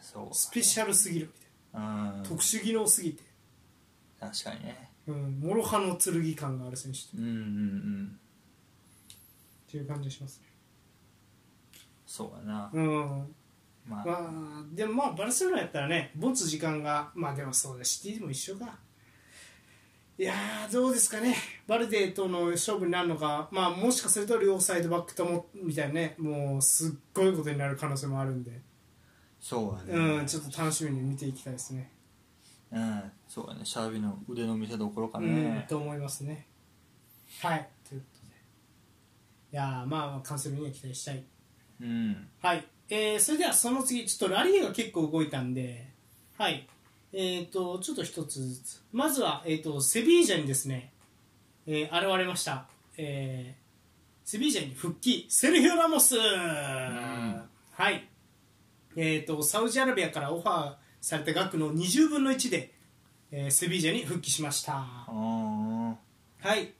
B: そうだね
A: スペシャルすぎるみたい
B: うん
A: な特殊技能すぎて
B: 確かにね
A: うん、諸刃の剣感がある選手っ
B: うんうんうん
A: ていう感じがしますね。
B: そうだな
A: うん、
B: ま
A: ま
B: あ
A: あでもまあバルセロナやったらね持つ時間がまあでもそうだシティでも一緒かいやーどうですかね、バルデとの勝負になるのか、まあ、もしかすると両サイドバックともみたいなね、もうすっごいことになる可能性もあるんで、
B: そうやね
A: うん、ちょっと楽しみに見ていきたいですね。
B: うんそうやねシャービの腕の見せどころか
A: うん
B: ね、
A: と思いますね。はい、ということで、いやーまあ、完成には期待したい。
B: うん
A: はい、えーそれではその次、ちょっとラリーが結構動いたんで、はい、えー、とちょっと一つずつ、まずは、えー、とセビージャにですね、えー現れました、えーセビージャに復帰、セルヒオ・ラモス、はいえー、とサウジアラビアからオファーされた額の20分の1で、えーセビージャに復帰しました。
B: あ
A: はい、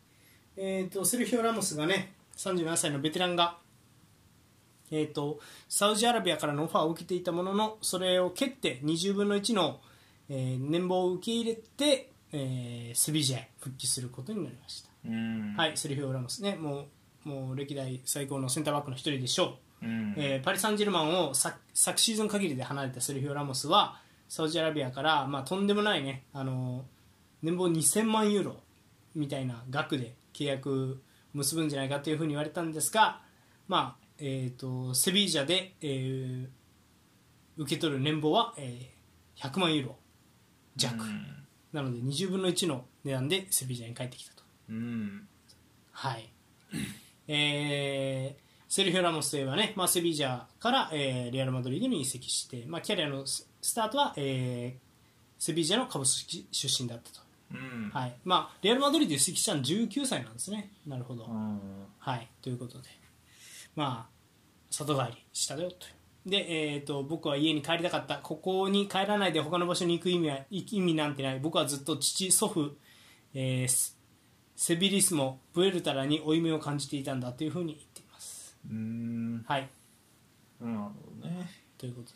A: えー、とセルヒオ・ラモスがね37歳のベテランが、えー、とサウジアラビアからのオファーを受けていたもののそれを蹴って20分の1の、えー年俸を受け入れて、えーセビージャへ復帰することになりました、
B: ーうん、
A: はいい、セルヒオ・ラモスねもうもう歴代最高のセンターバックの一人でしょう
B: うん
A: えーパリ・サンジェルマンを昨昨シーズン限りで離れたセルヒオ・ラモスはサウジアラビアから、まあ、とんでもないね、あの年俸2000万ユーロみたいな額で契約結ぶんじゃないかというふうに言われたんですが、まあえー、とセビージャで、えー受け取る年俸は、えー100万ユーロ弱、
B: うん
A: なので20分の1の値段でセビージャに帰ってきたと。
B: うん
A: はい、えーセルヒオ・ラモスといえばね、まあ、セビージャから、えーレアル・マドリードに移籍して、まあ、キャリアのススタートは、えーセビージャの株式出身だったと、
B: うん
A: はいまあ、レアル・マドリードに移籍したの19歳なんですねなるほど、
B: うん
A: はい、ということで、まあ、里帰りしたよというで、えー、と僕は家に帰りたかったここに帰らないで他の場所に行く意味は行く意味なんてない僕はずっと父祖父、えースセビリスモブエルタラに負い目を感じていたんだというふうに言っています
B: うん
A: はい
B: なるほどね
A: ということ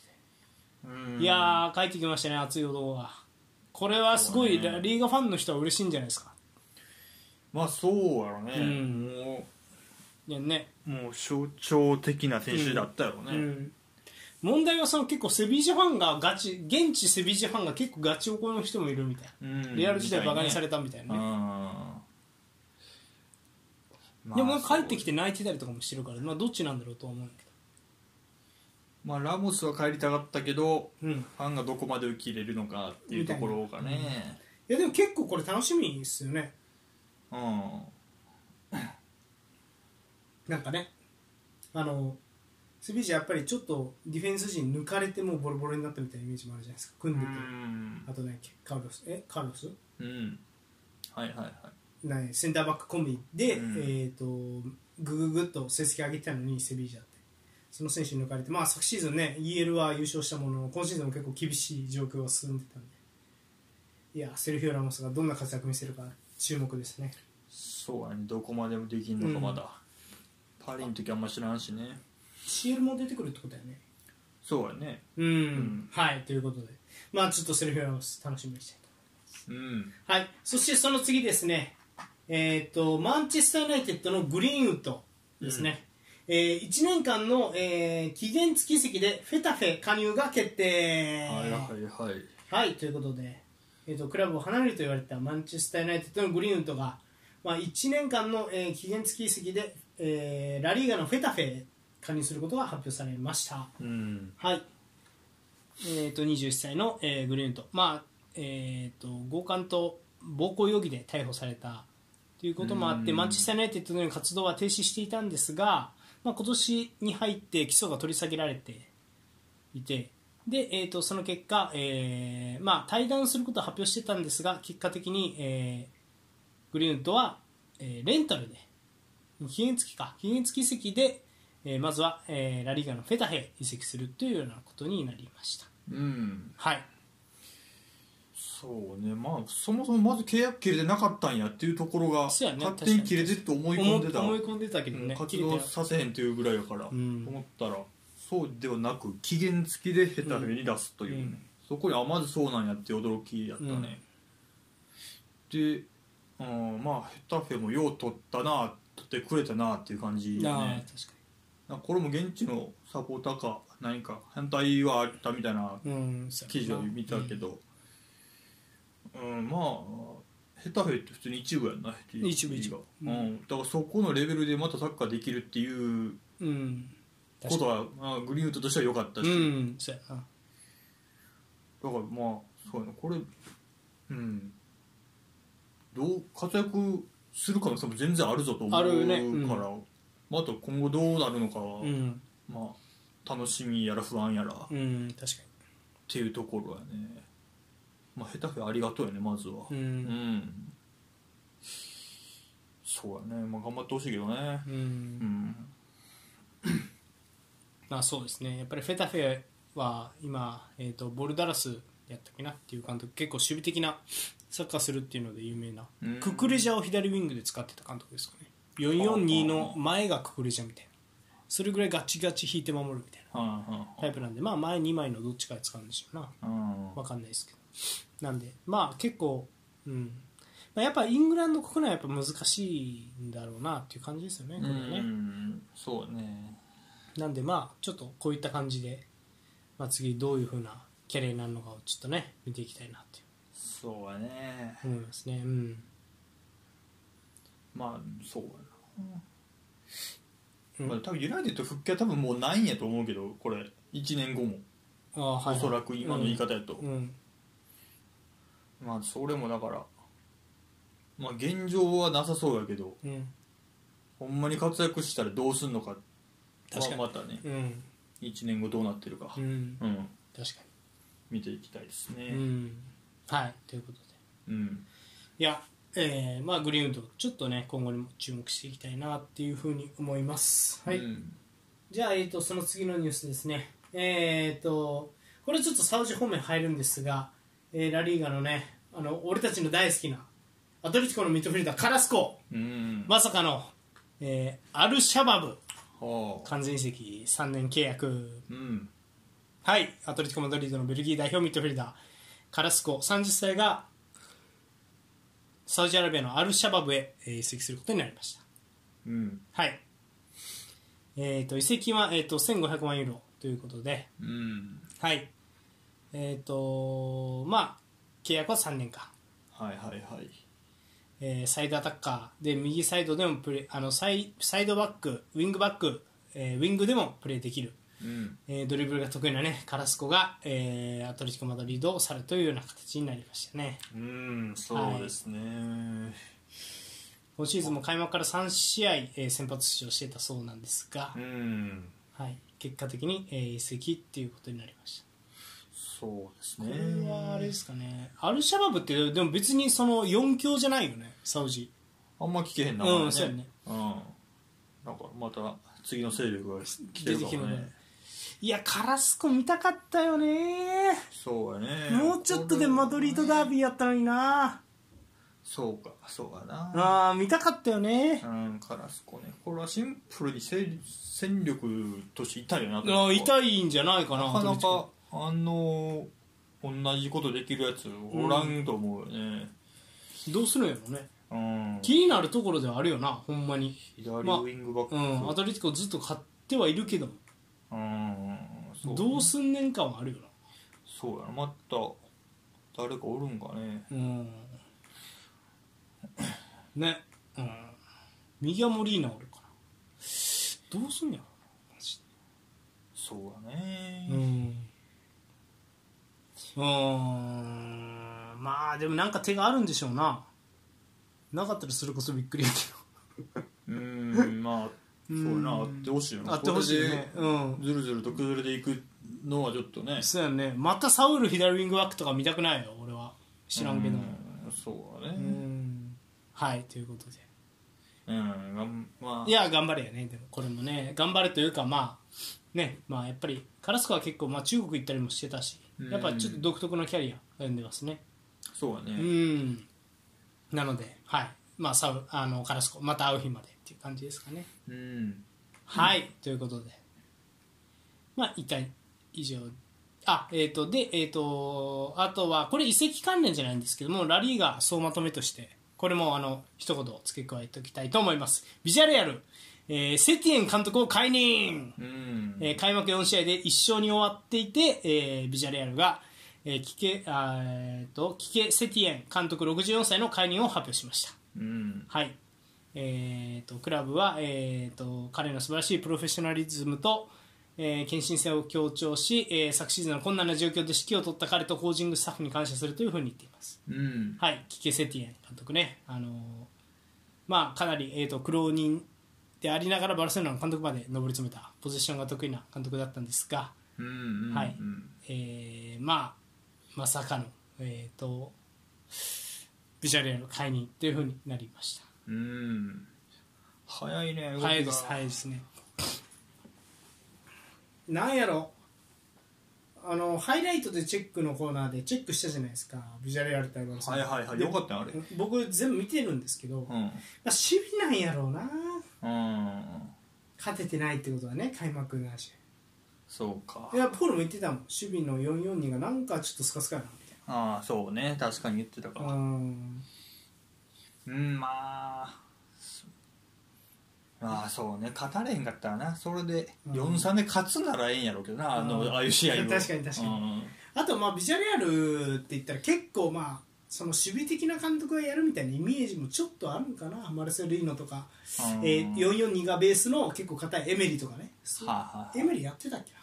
A: で、
B: うん
A: いやー帰ってきましたね熱い男がこれはすごい、
B: そうね
A: リーガファンの人は嬉しいんじゃないですか
B: まあそうやろね、
A: うん
B: も
A: いやね
C: うもう象徴的な選手だったよね、
A: うん、問題はその結構セビージャファンがガチ現地セビージャファンが結構ガチおこの人もいるみたいな、
B: うん
A: レアル時代バカにされ
B: た
A: たみたいなね、
B: あー
A: でもなんか帰ってきて泣いてたりとかもしてるから、まあ、どっちなんだろうとは思うんだけ
B: まあラモスは帰りたかったけど
A: ど、うん、い
B: ファンがどこまで受け入れるのかっていうところがね
A: やでも結構これ楽しみですよね
B: うん
A: なんかねあのセビージャやっぱりちょっとディフェンス陣抜かれてもうボロボロになったみたいなイメージもあるじゃないですか組んでて、あとねカルロスえカルロス
B: うんはいはいはい
A: ないセンターバックコンビで、
B: うん
A: えー、とぐぐぐっと成績上げてたのにセビージャってその選手に抜かれて、まあ、昨シーズンね EL は優勝したものの今シーズンも結構厳しい状況が進んでたんでいやセルフィオ・ラモスがどんな活躍見せるか注目ですね
B: そうやねどこまでもできんのかまだ、パリの時あんま知らんしね
A: CL も出てくるってことだよね
B: そうやね
A: うん、
B: ん
A: はいということでまあちょっとセルフィオ・ラモス楽しみにしたいと
B: うん
A: はい、そしてその次ですね、えー、とマンチェスター・ユナイテッドのグリーンウッドですね、え1年間の、えー期限付き席でフェタフェ加入が決定。
B: はいはいはい
A: はい、ということで、えー、とクラブを離れると言われたマンチェスター・ユナイテッドのグリーンウッドが、まあ、1年間の、えー期限付き席で、えーラリーガのフェタフェへ加入することが発表されました。
B: うん
A: はい、えー、と21歳の、えーグリーンと,、まあえー、と強姦と暴行容疑で逮捕されたということもあって
B: うん
A: マンチェスター・ユナイテッドの活動は停止していたんですが、まあ、今年に入って起訴が取り下げられていてで、えー、とその結果、えーまあ、対談することを発表してたんですが結果的に、えーグリーンウッドは、えーレンタルで期限付きか期限付き席で、えーまずは、えーラリーガのフェタヘへ移籍するというようなことになりました
B: うん
A: はい
B: そうねまあそもそもまず契約切れてなかったんやっていうところが、
A: そうやね
B: 勝手に切れてって思い込んでた
A: 思い込んでたけどね
B: 活
A: 切れて
B: 動
A: な
B: させへんというぐらいやから、
A: ん
B: と思ったらそうではなく期限付きで下手フェに出すというね、
A: うん
B: そこにあまずそうなんやって驚きやったね、で、うん、まあ下手フェもよう取ったな取ってくれたなっていう感じや
A: ああ
B: ね
A: 確か
B: なんかこれも現地のサポーターか何か反対はあったみたいな
A: にうん
B: 記事を見たけど、うんまあヘタフェって普通に一部やんなヘタ
A: 一部一部
B: うんだからそこのレベルでまたサッカーできるっていう
A: うん
B: こ
A: 確
B: と
A: か
B: は、あグリーンウッドとしては良かったし、
A: にう
B: だか
A: んそうやな
B: らまあそうやなこれうんどう活躍する可能性も全然あるぞと思う
A: あ
B: から
A: るねうん
B: まあ、あと今後どうなるのかは、
A: うん
B: まあ楽しみやら不安やらっ
A: うん確か
B: ていうところやねまあヘタフェありがとうやねまずは
A: にう
B: うんんそうやねまあ頑張ってほしいけどね
A: うん、
B: うん
A: まあそうですねやっぱりフェタフェは今、えー、とボルダラスやったっけなっていう監督結構守備的なサッカーするっていうので有名な
B: うん
A: ククレジャを左ウィングで使ってた監督ですかね442の前がククレジャみたいなそれぐらいガチガチ引いて守るみたいな
B: はいはい
A: タイプなんでまあ前2枚のどっちかで使うんでしょうな
B: うん
A: わかんないですけどなんでまあ結構うん、まあ、やっぱイングランド国内はやっぱ難しいんだろうなっていう感じですよねこ
B: う
A: れはね
B: んそうやね
A: なんでまあちょっとこういった感じで、まあ、次どういう風なキャリアになるのかをちょっとね見ていきたいなって
B: そうやね
A: 思いますねうん、
B: まあそうや
A: う
B: な、
A: ん
B: まあ、多分ユナイテッド復帰は多分もうないんやと思うけどこれ1年後も
A: ああは
B: お
A: い
B: そらく今の言い方やと、
A: うん
B: まあそれもだからまあ現状はなさそうやけど
A: うん
B: ほんまに活躍したらどうすんのかは
A: 確かに
B: またね
A: うん、
B: 1年後どうなってるか
A: う、ん、
B: うん、
A: 確か
B: 見ていきたいです
A: にう
B: ね
A: んはいということで
B: うん
A: いやえー、まあグリーンウッドちょっとね今後にも注目していきたいなっていう風に思いますはい、
B: うん
A: じゃあ、えー、とその次のニュースですね、えー、とこれちょっとサウジ方面入るんですが、えーラリーガのねあの、俺たちの大好きなアトレティコのミッドフィルダー、カラスコ、
B: うん
A: まさかの、えーアルシャバブ、
B: はあ
A: 完全移籍3年契約、
B: うん
A: はい、アトレティコ・マドリードのベルギー代表ミッドフィルダー、カラスコ、30歳がサウジアラビアのアルシャバブへえー移籍することになりました。
B: うん
A: はい。えっ、と、移籍は、えー、と1500万ユーロということで、
B: うん
A: はい。えっ、と、まあ、契約は3年間。
B: はいはいはい
A: えーサイドアタッカーで、右サイドでもプレあのサイ、サイドバック、ウィングバック、えーウィングでもプレーできる。
B: うん
A: えードリブルが得意なね、カラスコが、えーアトレティコ・マドリードを去るというような形になりましたね。
B: うんそうですね、
A: 今シーズンも開幕から3試合、えー先発出場してたそうなんですが、
B: うん
A: はい、結果的に、えー移籍っていうことになりました。
B: そうです
A: こ
B: ね
A: れはあれですかね、アルシャバブって、でも別にその4強じゃないよね、サウジ。
B: あんま聞けへんな、
A: うん
B: あれ
A: そうやね
B: うんなんかまた次の勢力が来
A: 出
B: てる
A: てき
B: か
A: て
B: も
A: る
B: ね
A: ねいやカラスコ見たかったよね
B: そうやね
A: もうちょっとでマドリードダービーやったのにな
B: そうかそうやな
A: あー見たかったよね
B: うんカラスコねこれはシンプルに戦戦力として痛いよな
A: あ
B: と思う
A: ー痛いんじゃないかな
B: なかなか
A: ど
B: あの同じことできるやつおらんと思うよね
A: っちかどうするんやろね
B: うん
A: 気になるところではあるよなほんまに
B: 左ウィングバック、
A: うんアトレティコずっと買ってはいるけども
B: うんそう
A: どうすんねん感はあるよ
B: そうやなまた誰かおるんかね
A: なうんねうん右はモリーナおるからどうすんやろマジで
B: そうやね
A: うんうーんまあでもなんか手があるんでしょうななかったらそれこそびっくりやけ
B: うんまあそうやなあってほしいよ
A: ど
B: な
A: あってほしいね
B: こ
A: うん
B: れでずるずると崩れていくのはちょっ とね
A: そうやねまたサウル左ウィングバックとか見たくないよ俺は知らんけども
B: うんそうや
A: う
B: ね
A: んはいということで
B: うんがんまあ
A: いや頑張れやねでもこれもね頑張れというかまあねまあやっぱりカラスコは結構、まあ、中国行ったりもしてたしやっぱちょっと独特なキャリア歩んでますね、
B: そうや
A: う
B: ね
A: んなので、はいまあ、サウあのカラスコまた会う日までっていう感じですかね。
B: うん
A: はい、ということで、まあ、一旦以上あ、えーとでえー、とあとはこれ移籍関連じゃないんですけどもラリーが総まとめとしてこれもあの一言付け加えておきたいと思いますビジャレアル、えーセティエン監督を解任
B: うん
A: えー開幕4試合で1勝に終わっていて、えービジャレアルが、ええー、キケあーえーとキケ・セティエン監督64歳の解任を発表しました。
B: うん
A: はいえー、とクラブは、えー、と彼の素晴らしいプロフェッショナリズムと、えー献身性を強調し、えー昨シーズンの困難な状況で指揮を取った彼とコーチングスタッフに感謝するというふうに言っています。
B: うん
A: はい、キケ・セティエン監督ね、あのーまあ、かなり、えー、と苦労人でありながらバルセロナの監督まで上り詰めたポジションが得意な監督だったんですが、
B: うんうん
A: はい
B: うん
A: えーまあ、まさかの、えー、とビジャレアの解任というふうになりました。
B: うん早いね動きが
A: 早いです早いですねなんやろあのハイライトでチェックのコーナーでチェックしたじゃないですかビジュアルやる対話
B: はいはいはいよかったよあれうん
A: 僕全部見てるんですけど、まあ、守備なんやろうな
B: うん
A: 勝ててないってことはね開幕の話
B: そうか
A: いやポールも言ってたもん守備の442がなんかちょっとスカスカやなみたい
B: ああそうね確かに言ってたか
A: な
B: ら
A: うん
B: うんまあそまあそうね勝たれへんかったらなそれで
A: うん
B: 4-3で勝つならええんやろうけどなあ
A: うん
B: のああいう試合を
A: 確かに確かにあとまあビジャレアルって言ったら結構まあその守備的な監督がやるみたいなイメージもちょっとあるんかなマルセル・リーノとか
B: うん
A: えー、442がベースの結構硬いエメリとかね
B: はあはあ
A: エメリやってたっけ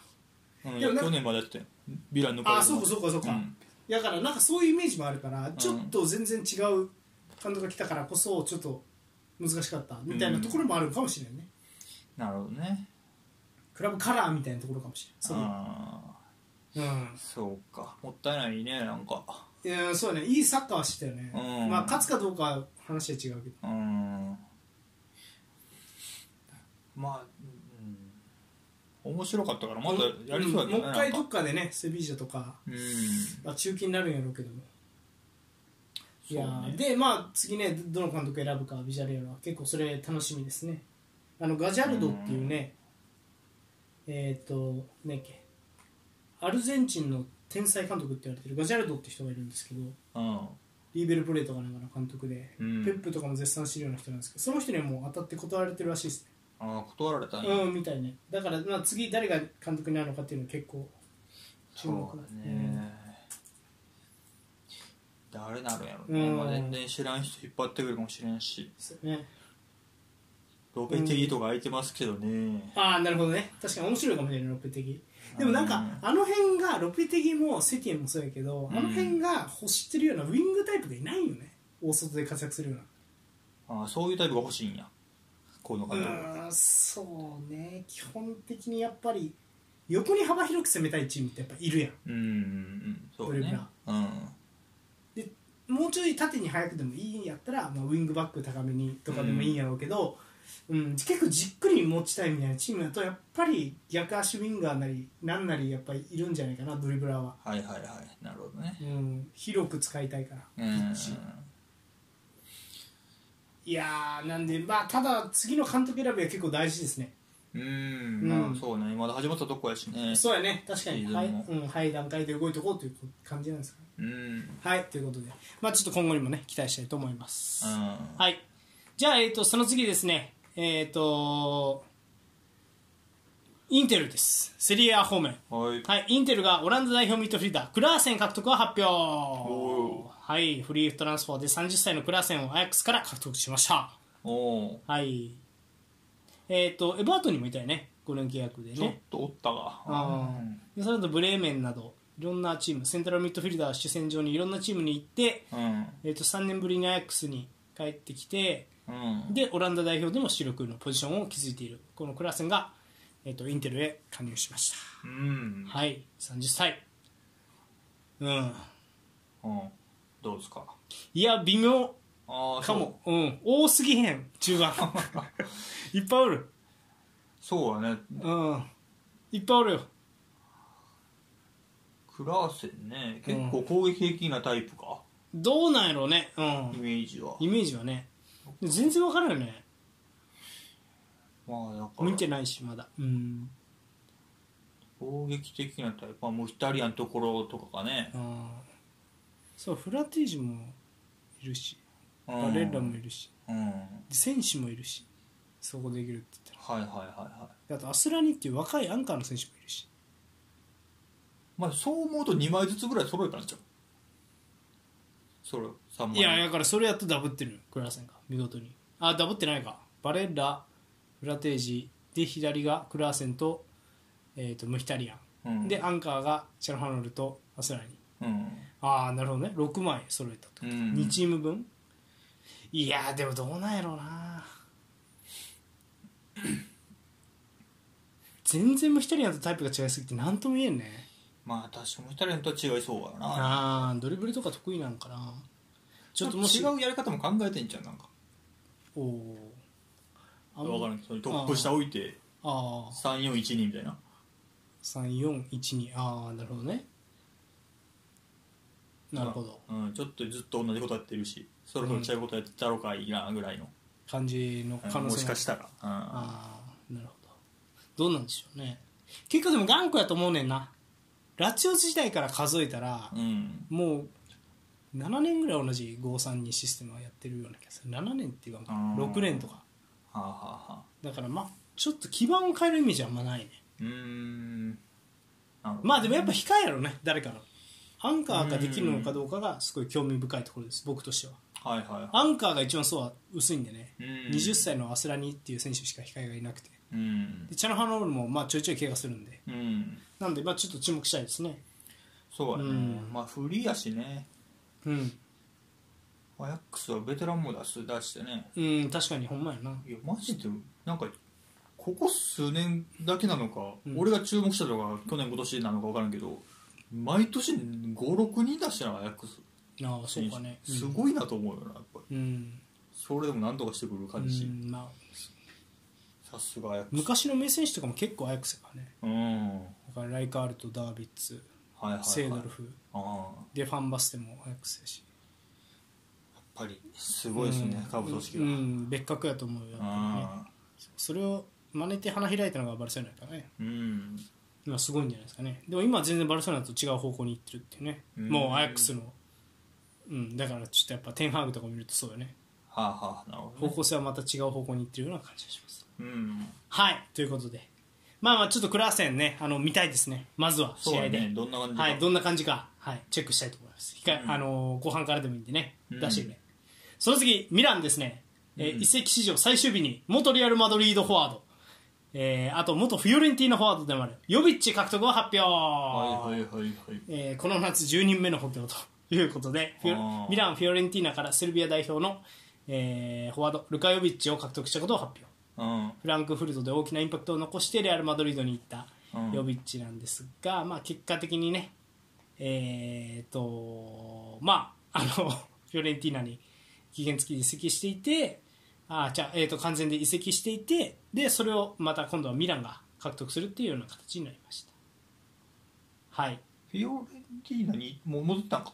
B: うん
A: でもなんか
B: 去年までやってたよヴィランの
A: なあそうかそうかそうか、
B: ん
A: だからなんかそういうイメージもあるからちょっと全然違う監督が来たからこそちょっと難しかったみたいなところもあるかもしれないね、
B: なるほどね
A: クラブカラーみたいなところかもしれない
B: あ
A: そこうん
B: あそうかもったいないねなんか
A: いやそうだねいいサッカーはしてたよね、
B: うん
A: まあ勝つかどうかは話は違うけど
B: うんまあ、うん、面白かったからまたやりそうだけどね、
A: んもう一回
B: な
A: ど
B: ん
A: っ
B: か
A: かでねセビージャとか、
B: うん
A: まあ、中期になるんやろうけどもいや
B: そう
A: ー
B: ね
A: でまあ次ねどの監督選ぶかビジャレアルは結構それ楽しみですねあのガジャルドっていうねえっ、とねっけアルゼンチンの天才監督って言われてるガジャルドって人がいるんですけど
B: うん
A: リーベルプレーとかなんかの監督で、
B: うん
A: ペップとかも絶賛してるような人なんですけどその人にはもう当たって断られてるらしいですね
B: ああ断られたんや
A: うんみたいねだから、まあ、次誰が監督になるのかっていうのは結構注目
B: そうだね、誰なるんやろうね、
A: うん
B: まあ、全然知らん人引っ張ってくるかもしれんし
A: ですよね
B: ロペティとか空いてますけどね、
A: ああなるほどね確かに面白いかもしれないロペテギでもなんかあの辺がロペテギもセティエンもそうやけど
B: うん
A: あの辺が欲してるようなウィングタイプがいないよね大外で活躍するような
B: ああそういうタイプが欲しいんやこの方
A: う
B: が
A: ーんそうね基本的にやっぱり横に幅広く攻めたいチームってやっぱいるやん
B: うんうんうんそう
A: ドリブ
B: ね
A: ラ
B: うん
A: もうちょい縦に速くでもいいんやったら、まあ、ウイングバック高めにとかでもいいんやろうけど、うん結構じっくり持ちたいみたいなチームだとやっぱり逆足ウインガーなりなんなりやっぱりいるんじゃないかなドリブラーは、
B: はいはいはいなるほどね
A: うん、広く使いたいから
B: う
A: ピッ
B: ん
A: チいやーなんでまあただ次の監督選びは結構大事ですね
B: うん
A: うん
B: まあそうねまだ始まったとこやしね
A: そうやね確か
B: いい
A: に
B: ぞ
A: はい、
B: も
A: うん、早い段階で動いておこうという感じなんですかね
B: うんうん
A: はいということでまあちょっと今後にもね期待したいと思います、はい。じゃあ、えっ、と、その次ですね。えっ、と、インテルです。セリエ A 方面。
B: はい
A: はい、インテルがオランダ代表ミッドフィルダー、クラーセン獲得を発
B: お
A: 表。はい、フリートランスフォーで30歳のクラーセンをアヤックスから獲得しました。
B: おお
A: はい。えっ、と、エバートンにもいたよね。5年契約で
B: ーちょっ
A: ね。
B: とおったが
A: あ
B: うん
A: ーでその後ブレーメンなど、いろんなチーム、セントラルミッドフィルダー主戦場にいろんなチームに行って、
B: うん
A: えっ、と、3年ぶりにアヤックスに帰ってきて、
B: うん
A: でオランダ代表でも主力のポジションを築いているこのクラーセンが、えっとインテルへ加入しました
B: うん
A: はい30歳うん
B: うんどうですか
A: いや微妙
B: ああ
A: かもうん多すぎへん中盤 いっぱいおる
B: そうやね
A: うんいっぱいおるよ
B: クラーセンね結構攻撃的なタイプか
A: どうなんやろうねう
B: イ
A: ん
B: メージは
A: イメージはね全然わからんよね
B: まあだから
A: 見てないしまだうん
B: 攻撃的なタイプはもうイタリアンところとかがね
A: うんそうフラテージもいるし
B: バ
A: バレッラもいるし
B: うん
A: 選手もいるしそこできるって言ったら
B: はいはいはいはい
A: あとアスラニっていう若いアンカーの選手もいるし
B: まあ、そう思うと2枚ずつぐらい揃えたんじゃんそれ3枚
A: いやだからそれやっとダブってるクラセンが見事にあダブってないかバレッラフラテージで左がクラセンと,、えー、とムヒタリアン、
B: うん
A: でアンカーがシャルハノルとアスラニ
B: うん
A: ああなるほどね6枚揃えたと、
B: うん
A: 2チーム分いやーでもどうなんやろうな 全然ムヒタリアンとタイプが違いすぎて何とも言えんね
B: まあ確かに2人とは違いそうだな
A: ああードリブルとか得意なんかなちょっともし
B: 違うやり方も考えてんじゃんなんか
A: おおあん
B: 分
A: ま
B: かるそれトップ下置いて
A: あー
B: 3412みたいな
A: 3412ああなるほどねなるほど
B: うん、ちょっとずっと同じことやってるしそろそろ違うことやってたろかいいなぐらいの、
A: 感じの可
B: うん
A: 能
B: も
A: 性
B: し
A: が
B: かしたら、うん、
A: ああなるほどどうなんでしょうね結構でも頑固やと思うねんなラチオス時代から数えたら
B: う、ん
A: もう7年ぐらい同じ532システムはやってるような気がする7年っていうか
B: あー
A: 6年とか
B: はあ、はあはあ、
A: だからまあちょっと基盤を変えるイメージはあんまないね
B: うーんなるほど
A: まあでもやっぱ控えやろね誰かのアンカーができるのかどうかがすごい興味深いところです僕としては
B: はいは
A: アンカーが一番そうは薄いんでね
B: いうん
A: 20歳のアスラニっていう選手しか控えがいなくて
B: うん
A: でチャルハノールもまあちょいちょい怪我するんで
B: うん
A: なんで、まあ、ちょっと注目したいですね。
B: そうやね、
A: うん
B: まあフリーやしね
A: うん、
B: アヤックスはベテランも出す出してね
A: うん、確かに、ほんまやな。
B: いやマジでなんかここ数年だけなのか、
A: うん
B: 俺が注目したのが去年今年なのか分からんけど毎年56人出してないアヤックス
A: ああ、そうかね。うん
B: すごいなと思うよなやっぱり
A: うん、
B: それでも何とかしてくる
A: う
B: 感じ
A: んまあ、
B: さすがアヤックス
A: 昔の名選手とかも結構アヤックスやからね。
B: うんはい
A: だからライカールとダービッツ、
B: はいはい
A: セードルフ、
B: ああ
A: で、ファンバステもアヤックスやし。
B: やっぱりすごいですね、
A: うん
B: 株組織
A: う
B: が、
A: ん、別格やと思うよ、やっぱりね。
B: あ
A: それを真似て花開いたのがバルセロナやからね。
B: ーうん
A: 今すごいんじゃないですかね。でも今は全然バルセロナと違う方向に行ってるっていうね。
B: うん
A: もうアヤックスの。うん、だからちょっとやっぱテンハーグとか見るとそうよね。
B: はあはあなるほど
A: 方
B: ね、
A: 向性はまた違う方向に行ってるような感じがします。
B: うん
A: はい、ということで、まあまあ、ちょっとクラーセンね、あの見たいですね、まずは
B: そう
A: 試合
B: や
A: で、
B: ねどんな感じか、
A: はい、どんな感じか、はい、チェックしたいと思います、控え
B: うん
A: あのー後半からでもいいんでね、
B: うん
A: 出してくれ、その次、ミランですね、えー
B: うん
A: 移籍史上最終日に元リアル・マドリードフォワード、えーあと元フィオレンティーナフォワードでもある、ヨビッチ獲得を発表、
B: はいはいはいはい
A: えーこの夏10人目の補強と いうことでフィ
B: あ
A: オ
B: ー
A: ミラン・フィオレンティーナからセルビア代表の、えーフォワード、ルカ・ヨビッチを獲得したことを発表。
B: うん
A: フランクフルトで大きなインパクトを残してレアル・マドリードに行った
B: うん
A: ヨビッチなんですが、まあ、結果的にね、えーとまあ、あの フィオレンティーナに期限付きで移籍していてあじゃあ、えー、と完全で移籍していてでそれをまた今度はミランが獲得するっていうような形になりました。はい、
B: フィオレンティーナにもう戻ったんか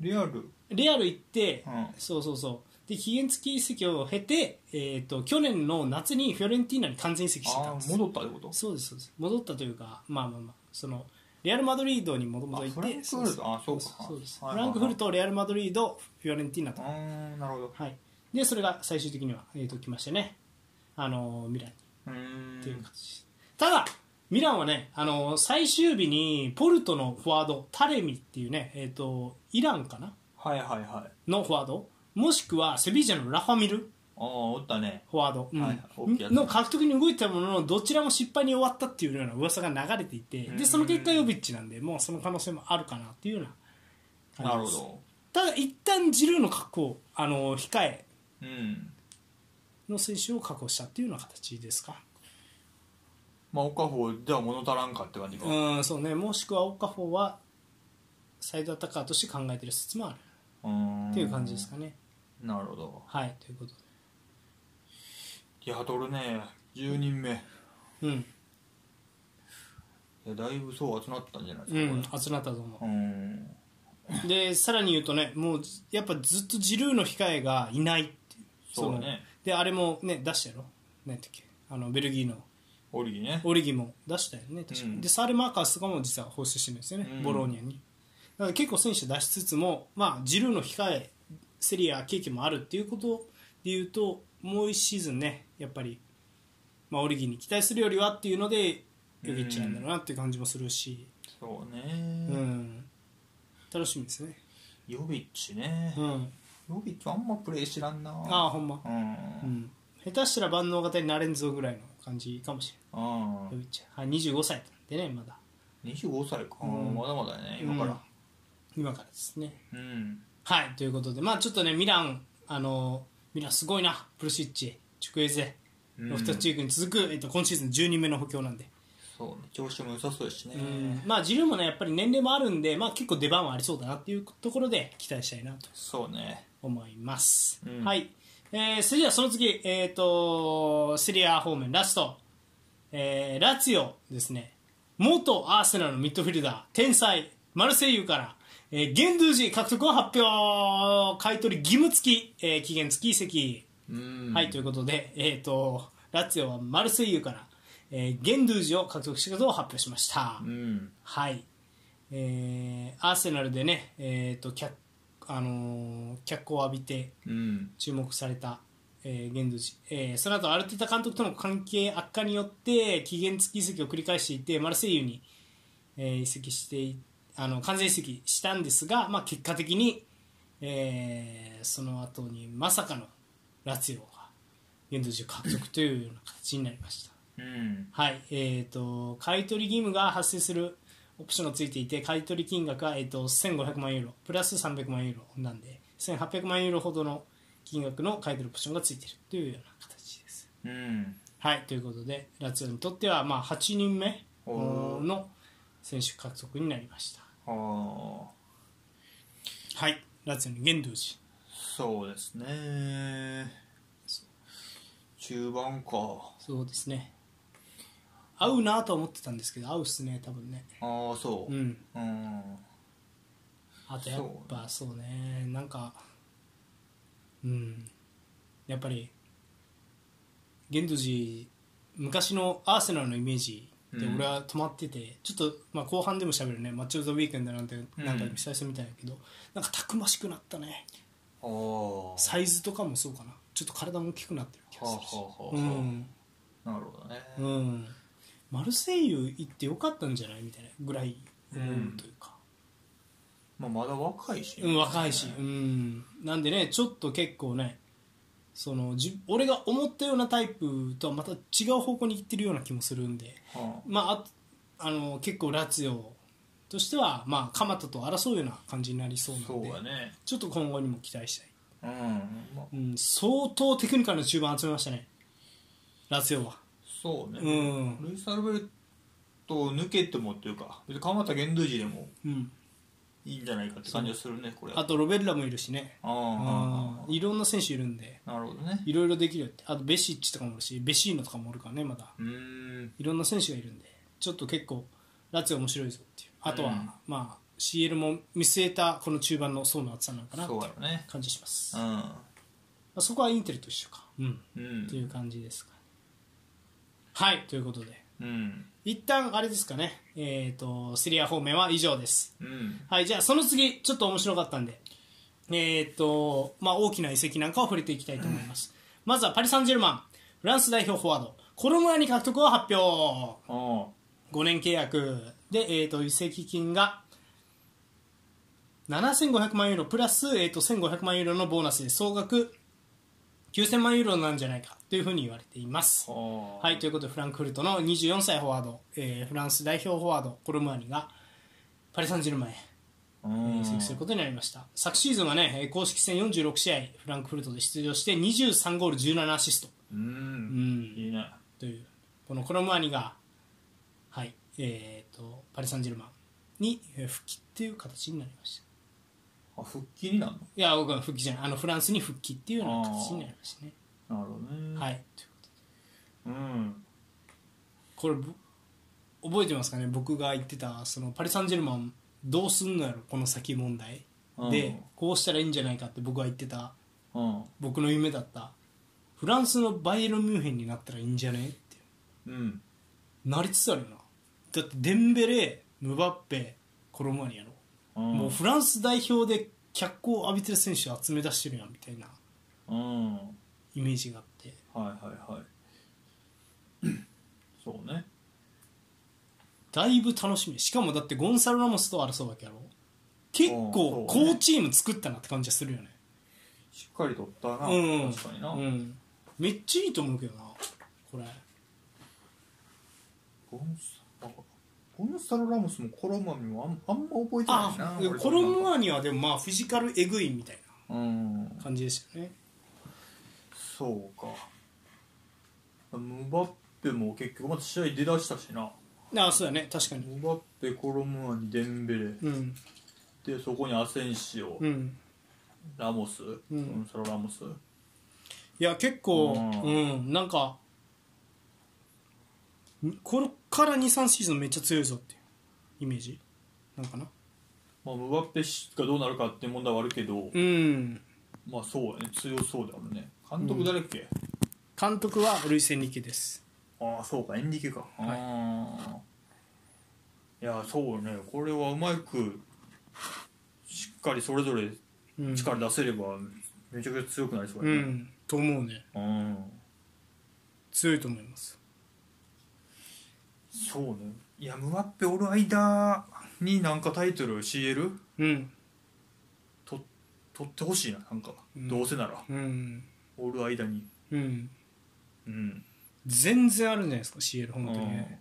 B: レアルうん
A: レアル行って、
B: うん
A: そうそうそうで期限付き移籍を経て、えー、と去年の夏にフィオレンティーナに完全移籍してた
B: あ
A: ん
B: あ
A: です。
B: 戻ったってこと
A: そうですそうです戻ったというかまあまあまあそのレアル・マドリードにもともと行って
B: あフランクフル
A: そ
B: ト
A: うです
B: あそうか
A: そうです
B: はい
A: フ
B: はい
A: ラ
B: はい
A: ンクフルトレアル・マドリードフィオレンティーナ
B: あ
A: と、
B: あなるほど
A: はい、でそれが最終的には、えー、と来ましてねあのーミランに
B: うーん
A: っていう形です、ただミランはねあのー最終日にポルトのフォワードタレミっていうね、えー、とイランかな
B: はいはいはいあ
A: のフォワードもしくはセビージャのラファミル
B: あおったね
A: フォワード、うん
B: はい大きいやつ
A: の獲得に動いてたもののどちらも失敗に終わったっていうような噂が流れていて
B: うん
A: でその結果ヨビッチなんでもうその可能性もあるかなっていうような
B: な
A: 感
B: る
A: じです
B: ほ
A: ただ一旦ジルーの確保をあの控え
B: どうん
A: の選手を確保したっていうような形ですか
B: まあ岡穂では物足らんかって感じか
A: うんそうねもしくはオカフォーはサイドアタッカーとして考えてる説もある
B: うん
A: っていう感じですかね
B: なるほど
A: はいということ
B: いや取るね10人目い
A: でうん
B: やだいぶそう集まったんじゃないで
A: う
B: すか
A: ん集まったと思
B: これうん
A: うでさらに言うとねもうやっぱずっとジルーの控えがいないっていう
B: そうだね
A: であれもね出したやろ何やったっけあのベルギーの
B: オリギね
A: オリギも出したよね確かに、
B: うん
A: でサール・マーカースとかも実は放出してるんですよね、
B: うん
A: ボローニャにだから結構選手出しつつも、まあ、ジルーの控えセリア経験もあるっていうことでいうともう1シーズンねやっぱり、まあ、オリギに期待するよりはっていうのでヨギッチなんだろうなっていう感じもするし、
D: そうね、
A: うん、楽しみですね、
D: ヨビッチね、
A: うん、
D: ヨビッチあんまプレー知らんな
A: ああほんま、
D: うん
A: うん、下手したら万能型になれんぞぐらいの感じかもし
D: あ
A: れない、はい、25歳でねまだ
D: ー25歳か、
A: うん
D: まだまだね今から
A: 今からですね
D: うん、
A: はいということでまあちょっとねミランあのミランすごいなプルシッチチュクエゼ
D: うん
A: ロフトチークに続く、えっと、今シーズン10人目の補強なんで、
D: そうね調子も良さそうですね、
A: うんまあジルーもねやっぱり年齢もあるんで、まあ、結構出番はありそうだなっていうところで期待したいなと
D: そうね
A: 思います、
D: うん
A: はい、えー、それではその次、えー、とセリア方面ラスト、えーラツィオですね元アーセナルのミッドフィルダー天才マルセイユから、えーゲンドゥージ獲得を発表買い取り義務付き、えー期限付き移籍、
D: うん
A: はいということで、えー、とラツィオはマルセイユから、えーゲンドゥージを獲得したことを発表しました、
D: うん
A: はい、えーアーセナルでね、えーと脚あのー脚光を浴びて
D: うん
A: 注目された、えー、ゲンドゥジ、えーその後アルティタ監督との関係悪化によって期限付き移籍を繰り返していてマルセイユに、えー移籍していあの完全移籍したんですが、まあ、結果的に、えーその後にまさかのラツィオがゲンドゥジを獲得というような形になりました。
D: うん
A: はい、えー、と買い取り義務が発生するオプションがついていて買い取り金額は、えー、と1500万ユーロプラス300万ユーロなんで1800万ユーロほどの金額の買い取りオプションがついているというような形です。
D: うん
A: はい、ということでラツィオにとっては、まあ、8人目
D: おー
A: の選手獲得になりました。
D: ああ
A: はい、ラツィオに玄道寺
D: そうですね中盤か
A: そうですね合うなとは思ってたんですけど合うっすね多分ね
D: ああそう
A: う
D: うんうん
A: あとやっぱそうねなんかうんやっぱり玄土寺昔のアーセナルのイメージで
D: うん
A: 俺は止まってて、ちょっと、まあ、後半でも喋るねマッチョ・オブザ・ウィークエンドなんて
D: うん
A: なんか久々みたいだけど、なんかたくましくなったね
D: ああ
A: サイズとかもそうかなちょっと体も大きくなってる気がするし、
D: はあはあ
A: う
D: はあ
A: ん、
D: なるほどね、
A: うん、マルセイユ行ってよかったんじゃないみたいなぐらい思うというか、
D: まあ、まだ若いし、
A: うん、若いし、うん、なんでねちょっと結構ねそのじ俺が思ったようなタイプとはまた違う方向に行ってるような気もするんで、
D: は
A: まあ、あとあの結構ラツィオとしては、まあ、鎌田と争うような感じになりそう
D: あ、
A: なん
D: そう
A: で
D: だね
A: ちょっと今後にも期待したい、
D: うん、まあ、
A: うん、相当テクニカルな中盤集めましたねラツィオは
D: そうね、
A: うん
D: ルイス・アルベルトを抜けてもっていうか別に鎌田玄度時でも
A: うん、
D: いいんじゃないかって感じがするねこれ
A: あとロベッラもいるしね
D: ああ
A: あいろんな選手いるんで
D: なるほどね
A: いろいろできるよってあとベシッチとかもいるしベシーノとかもおるからねまだ
D: うーん
A: いろんな選手がいるんでちょっと結構ラツィオ面白いぞっていうあとは、
D: うん
A: まあ CL も見据えたこの中盤の層の厚さなのかなってい
D: そう
A: う
D: だよね
A: 感じします
D: う
A: まあそこはインテルと一緒かうん
D: んう
A: ってい
D: ん
A: う感じですかねはいということで
D: うん
A: 一旦あれですかねえっ、とセリア方面は以上です
D: うん
A: はいじゃあその次ちょっと面白かったんでえっ、とまあ大きな移籍なんかを触れていきたいと思います、まずはパリ・サンジェルマンフランス代表フォワードコロムアに獲得を発表
D: あ
A: 5年契約で、えー、と移籍金が7500万ユーロプラス、えー、と1500万ユーロのボーナスで総額9000万ユーロなんじゃないかというふうに言われています。
D: あは
A: はい、ということでフランクフルトの24歳フォワード、えーフランス代表フォワードコルムアニがパリ・サンジェルマンへ
D: うん
A: 移籍することになりました昨シーズンはねえー公式戦46試合フランクフルトで出場して23ゴール17アシスト、
D: う
A: うんん、
D: いいね
A: というこのコロムアニが、はいえー、とパリ・サンジェルマンにえー復帰っていう形になりました
D: あ復帰になる
A: いや僕は復帰じゃないあのフランスに復帰っていうような形になりましたね
D: のなるほどね
A: はいいということで
D: うん
A: これぼ覚えてますかね僕が言ってたそのパリ・サンジェルマンどうすんのやろこの先問題でこうしたらいいんじゃないかって僕が言ってた
D: うん
A: 僕の夢だったフランスのバイエルン・ミュンヘンになったらいいんじゃねって
D: うん
A: なりつつあるよなだってデンベレムバッペコロムアニやろ
D: うん
A: もうフランス代表で脚光を浴びてる選手を集め出してるやんみたいな
D: うんはい
A: イメージがあって
D: はいはいそうね
A: だいぶ楽しみしかもだってゴンサル・ラモスと争うわけやろ結構
B: そうね
A: 好チーム作ったなって感じはするよね
B: しっかりとったな、
A: うん
B: 確かにな、
A: うんめっちゃいいと思うけどなこれ
B: ゴンサゴンサル・ラモスもコロマミもあんあんま覚えてないな
A: あでも
B: 俺
A: コロムアニはでもまあフィジカルエグいみたい
B: うん
A: な感じでしたよね
B: そうかムバッペも結局また試合出だしたしな
A: あそうだね確かに
B: ムバッペコロムアニデンベレ
A: うん
B: でそこにアセンシオ、
A: うん
B: ラモス、
A: う
B: うんん、そのラモス
A: いや結構
B: うん
A: うんなんかんこれから23シーズンめっちゃ強いぞっていうイメージなんかな
B: まあムバッペがどうなるかって問題はあるけど、
A: うん
B: まあそうだね強そうだもんね監督誰っけ、
A: 監督はルイス・エンリケです
B: ああそうかエンリケか、ああいやそうねこれはうまくしっかりそれぞれ
A: うん
B: 力出せればめちゃくちゃ強くなりそう
A: う
B: だね、
A: んと思うね
B: うん
A: 強いと思います
B: そうねいやムワッペおる間になんかタイトル CL
A: うん
B: 取ってほしいななんか、
A: うん
B: どうせなら
A: うん
B: おる間に
A: うん
B: うん
A: 全然あるんじゃないですか CL 本当に
B: うん
A: ね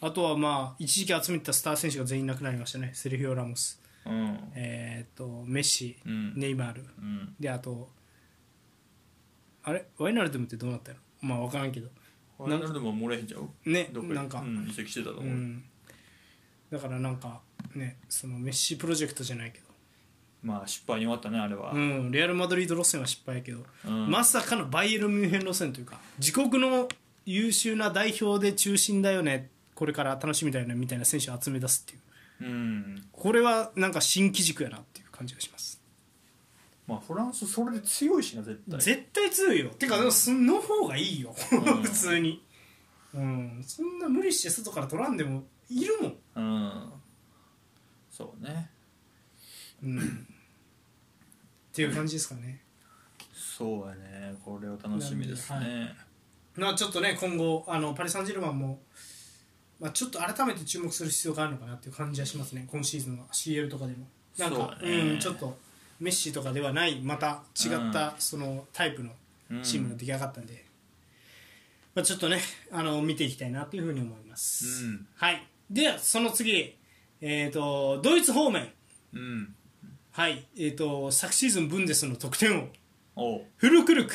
A: あとはまあ一時期集めてたスター選手が全員亡くなりましたねセルヒオ・ラモス
B: うん
A: えー、とメッシ
B: うん
A: ネイマール
B: うん
A: であとあれワイナルドゥムってどうなったのまあ分からんけど
B: あれでも漏れへんちゃう
A: ね
B: どっか
A: なんか、
B: うん、移籍してたと
A: う
B: 思う、
A: ん、だからなんかねそのメッシプロジェクトじゃないけど
B: まあ失敗に終わったねあれは、
A: うん、レアル・マドリード路線は失敗やけど、
B: うん
A: まさかのバイエルン・ミュンヘン路線というか自国の優秀な代表で中心だよねこれから楽しみだよねみたいな選手を集め出すっていう
B: うん
A: これはなんか新基軸やなっていう感じがします
B: まあフランスそれで強いしな絶対
A: 絶対強いよてかでもその方がいいよ
B: ん
A: 普通にうんそんな無理して外から取らんでもいるもん
B: うんそうね
A: うんっていう感じですかね
B: そうやねこれは楽しみですね
A: まあちょっとね今後あのパリ・サンジェルマンも、まあ、ちょっと改めて注目する必要があるのかなっていう感じはしますね今シーズンは CL とかでもなんか
B: そうね
A: ん、ちょっとメッシとかではないまた違ったそのタイプの
B: うん
A: チームが出来上がったんで、まあ、ちょっとねあの見ていきたいなというふうに思います、
B: うん
A: はいではその次えっ、とドイツ方面
B: うん
A: はいえっ、と昨シーズンブンデスの得点王
B: おう
A: フルクルク、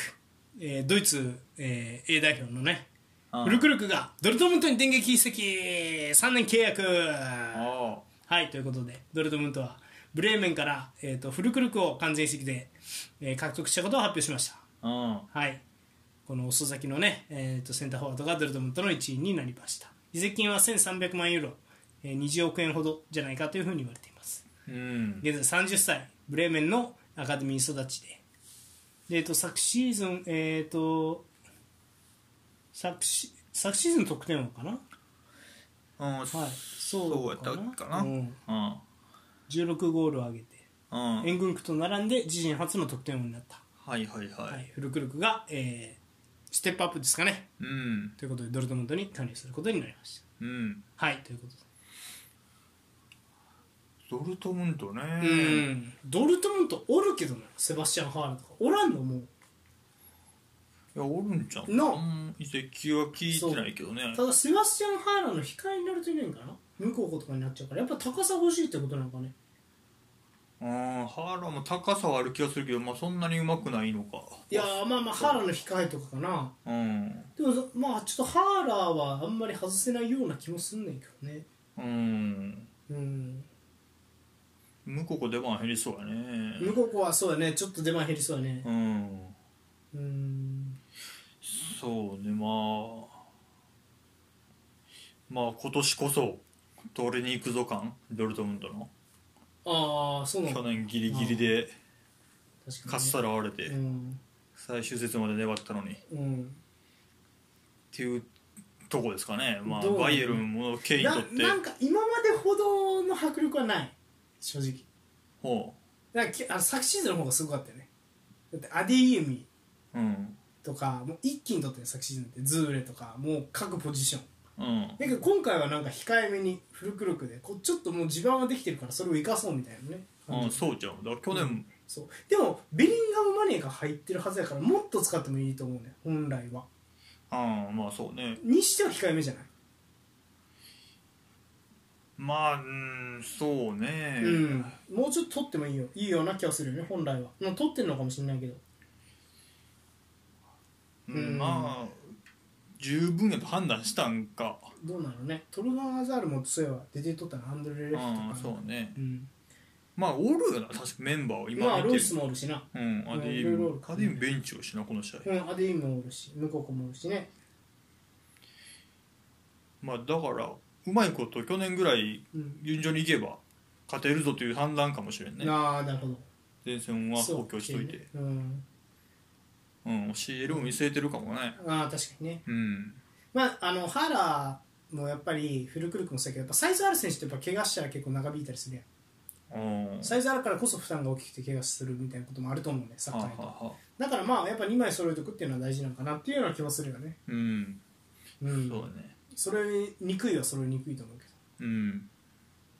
A: えードイツ、えー A 代表のね
B: あ
A: フルクルクがドルトムントに電撃移籍3年契約
B: あ
A: はいということでドルトムントはブレーメンから、えー、とフルクルクを完全移籍で、えー獲得したことを発表しました
B: うん
A: はい、この遅咲きのね、えー、とセンターフォワードがドルトムントの1位になりました移籍金は1300万ユーロ、えー20億円ほどじゃないかというふうに言われています
B: うん
A: 現在30歳ブレーメンのアカデミー育ちでで、えー、と昨シーズン、えー、と昨シ昨シーズン得点王かな、
B: うん
A: はい、そうか
B: そうや
A: な
B: ったかな
A: うん、
B: うん
A: 16ゴールを挙げて
B: うん
A: エングンクと並んで自身初の得点王になった、
B: はいはいはい、
A: はい、フルクルクが、えーステップアップですかね
B: うん
A: ということでドルトムントに加入することになりまし
B: うん
A: たはいということで、
B: ドルトムントね
A: うんドルトムントおるけどなセバスチャン・ハールとかおらんのもう
B: いやおるんじゃん
A: の
B: うん移籍は聞いてないけどね
A: ただセバスチャン・ハーラの控えになるといないんかな向こうことかになっちゃうからやっぱ高さ欲しいってことなのかね
B: うんハーラーも高さはある気がするけどまあそんなにうまくないのか
A: いやーまあまあハーラの控えとかかな
B: うん
A: でもそまあちょっとハーラはあんまり外せないような気もすんねんけどね
B: うん
A: うん
B: 向こう出番減りそうやね
A: 向こうはそうだねちょっと出番減りそうだね
B: うん
A: うん
B: そうねまあまあ今年こそ取りに行くぞ感ドルトムントの
A: ああそうなの
B: 去
A: 確か
B: 年ギリギリで
A: に
B: かっさらわれて
A: うん
B: 最終節まで粘ったのにっ
A: うん
B: ていうとこですかねまあ
A: どう
B: バイエルンもケイにと
A: な
B: って
A: なんか今までほどの迫力はない正直
B: ほ
A: なんかきあの昨シーズンの方がすごかったよねだってアディユミ
B: ううん
A: とかもう一気に取ってる昨シーズンってズーレとかもう各ポジション
B: うん
A: だけど今回はなんか控えめにフルクルクでこうちょっともう地盤はできてるからそれを生かそうみたいなね
B: うん、そうじゃんだから去年、
A: そうでもベリンガム・マネーが入ってるはずやからもっと使ってもいいと思うね本来は
B: ああまあそうね
A: にしては控えめじゃない、
B: まあうんそうね、
A: うん、もうちょっと取ってもいいよいいような気はするよね本来は、まあ、取ってるのかもしれないけど
B: うん
A: うん
B: まあ十分やと判断したんか
A: どうなのねトルガン・アザールもそういえば出てとったのハンドル・レフト
B: あ
A: か
B: あそうね
A: うん、
B: まあおるよな確かメンバーを
A: ま
B: 今
A: あ
B: 見
A: ロ
B: て
A: イ
B: る
A: スもおるしな
B: うんアデ
A: い
B: ィ
A: ろいろお
B: ー
A: る
B: ム
A: か
B: ア
A: ら
B: ディームベンチをしなこの試合、
A: うんアディームもおるしムココもおるしね
B: まあだからうまいこと去年ぐらい
A: うん
B: 順調にいけば勝てるぞという判断かもしれんね
A: ああなるほど
B: 前線は
A: そう
B: 補強しといて
A: うん、
B: うん CL も見据えてるかもね
A: ああ確かにね
B: うん
A: まああのハラもやっぱりフルクルクもそうやけどやっぱサイズある選手ってやっぱ怪我したら結構長引いたりするやん
B: あー
A: サイズあるからこそ負担が大きくて怪我するみたいなこともあると思うねサッ
B: は
A: カ
B: は
A: ーと
B: は
A: だからまあやっぱ2枚揃えておくっていうのは大事なのかなっていうような気もするよね
B: うん
A: うん
B: そうだね
A: 揃えにくいは揃えにくいと思うけど
B: うん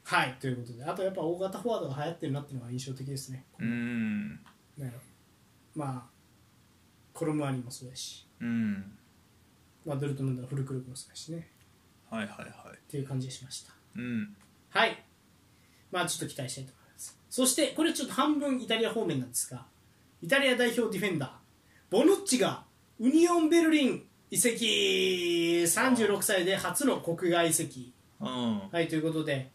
A: はいということであとやっぱ大型フォワードが流行ってるなっていうのが印象的ですね、
B: うん
A: なんやろまあコロムアニもそうだし、
B: うん
A: まあ、ドルトムントのフルクルクもそうだしね
B: はいはいはい
A: っていう感じがしました
B: うん
A: はいまあちょっと期待したいと思いますそしてこれちょっと半分イタリア方面なんですがイタリア代表ディフェンダーボノッチがウニオンベルリン移籍36歳で初の国外移籍
B: うん
A: はいということで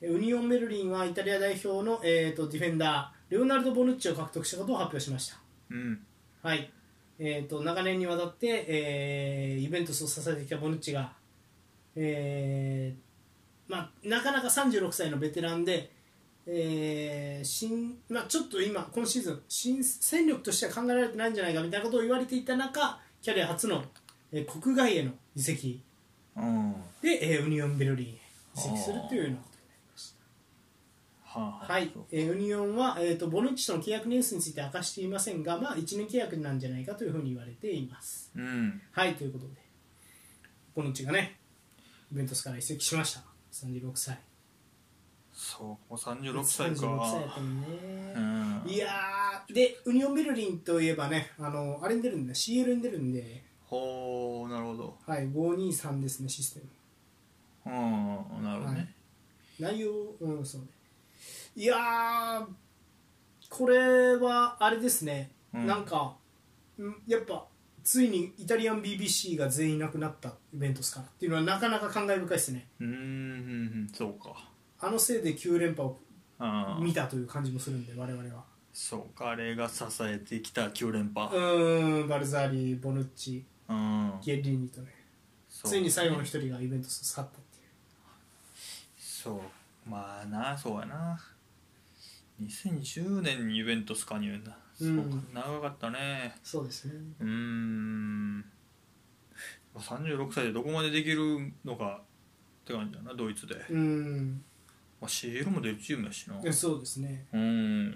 A: えウニオンベルリンはイタリア代表の、えー、とディフェンダーレオナルド・ボヌッチを獲得したことを発表しました
B: うん
A: はいえー、と長年にわたって、えーイベントスを支えてきたボヌッチが、えーまあ、なかなか36歳のベテランで、えー新まあ、ちょっと今、今シーズン新戦力としては考えられてないんじゃないかみたいなことを言われていた中キャリア初の、えー国外への移籍
B: うんは
A: で、えーウニオンベルリンへ移籍するというようなことになりました。
B: あはあ
A: はい
B: そう、
A: えー、ウニオンは、えー、とボヌッチとの契約ニュースについて明かしていませんが、まあ、1年契約なんじゃないかというふうに言われています。
B: うん
A: はいということで、ボヌッチがね、イベントスから移籍しました、36歳。
B: そうもう36
A: 36歳
B: 歳
A: やっ
B: か
A: たのね。
B: うん
A: いやー、で、ウニオン・ベルリンといえばね、あのあれに出るんで、CL に出るんで、
B: ほうなるほど
A: はい、523ですね、システム。
B: うんなるほどね
A: 内容、うん、そうね。いやー、これはあれですね、
B: うん
A: なんか、うんやっぱ、ついにイタリアン BBC が全員いなくなったイベントスからっていうのはなかなか感慨深いですね。
B: うんうんうんそうか
A: あのせいで9連覇を
B: ああ
A: 見たという感じもするんで、我々は。
B: そうかあれが支えてきた9連
A: う
B: 覇
A: ーん、バルザーリ、ボヌッチ、
B: うん
A: ゲッリーニとね、
B: そう
A: ついに最後の一人がイベントスを去ったっていう。
B: そうまあなそうやな2010年にイベントス加入だ、
A: うん
B: そうか長かったね
A: そうですね。
B: うーん36歳でどこまでできるのかって感じだなドイツで、ま
A: うーん、
B: あ、CL も出るチームやしな
A: えそうですね。
B: うん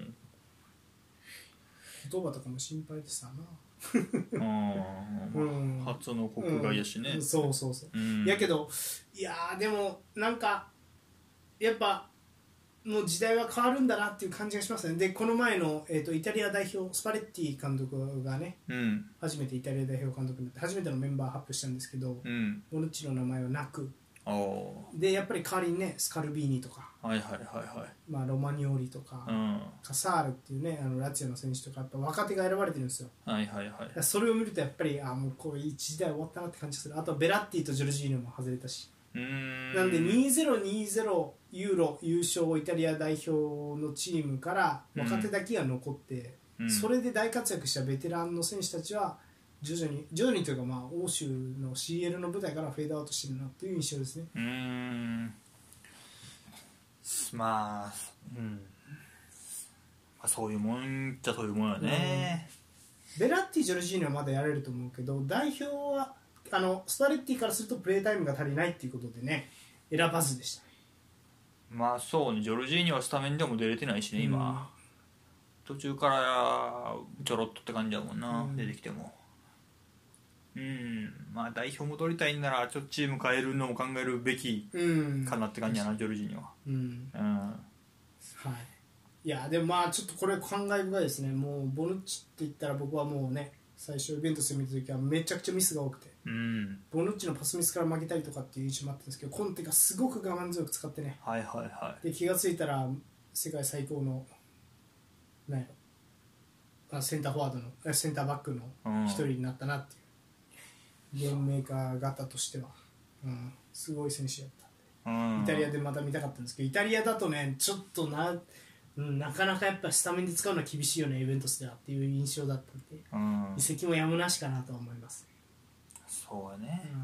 A: 言葉とかも心配でしたな。
B: あ ー、
A: うん
B: まあ、初の国外やしね
A: うんそうそうそう。
B: うん
A: やけどいやーでもなんかやっぱもう時代は変わるんだなっていう感じがしますねでこの前の、えー、とイタリア代表スパレッティ監督がね
B: うん
A: 初めてイタリア代表監督になって初めてのメンバー発表したんですけど、
B: うん
A: ボヌッチの名前はなく
B: ああ
A: でやっぱり代わりにねスカルビーニとか、
B: はいはいはいはい
A: まあ、ロマニオリとか、
B: うん
A: カサールっていうねあのラツィオの選手とかやっぱ若手が選ばれてるんですよ
B: はいはいは
A: だか
B: い
A: らそれを見るとやっぱりあーもうこう一時代終わったなって感じがするあとはベラッティとジョルジーニョも外れたし
B: うーん
A: なんで2020ユーロ優勝をイタリア代表のチームから若手だけが残って、
B: うん
A: それで大活躍したベテランの選手たちは徐々に徐々にというかまあ欧州の CL の舞台からフェードアウトしてるなという印象ですね
B: うーんまあ、うん、まあそういうもんじゃそういうもんやね
A: ベラッティ・ジョルジーニョはまだやれると思うけど代表はあのスパレッティからするとプレータイムが足りないっていうことでね選ばずでした
B: まあそうねジョルジーニはスタメンでも出れてないしね今、途中からちょろっとって感じだもんな、
A: うん
B: 出てきてもうんまあ代表も取りたいんならちょっとチーム変えるのも考えるべき
A: うん
B: かなって感じやなジョルジーニョは
A: うん
B: うん
A: はいいやでもまあちょっとこれ感慨深いですねもうボヌッチって言ったら僕はもうね最初イベントスで見た時はめちゃくちゃミスが多くて
B: うん
A: ボヌッチのパスミスから負けたりとかっていう印象もあったんですけどコンテがすごく我慢強く使ってね
B: はいはいは
A: で気がついたら世界最高のなんやろあセンターフォワードのえセンターバックの
B: いうん
A: 一人になったなっていうゲームメーカー型としては、うん、すごい選手やった
B: うん
A: イタリアでまた見たかったんですけどイタリアだとねちょっとなうんなかなかやっぱスタメンで使うのは厳しいよねイベントスではっていう印象だったんで
B: うん
A: 移籍もやむなしかなとは思います、
B: そうやね
A: うん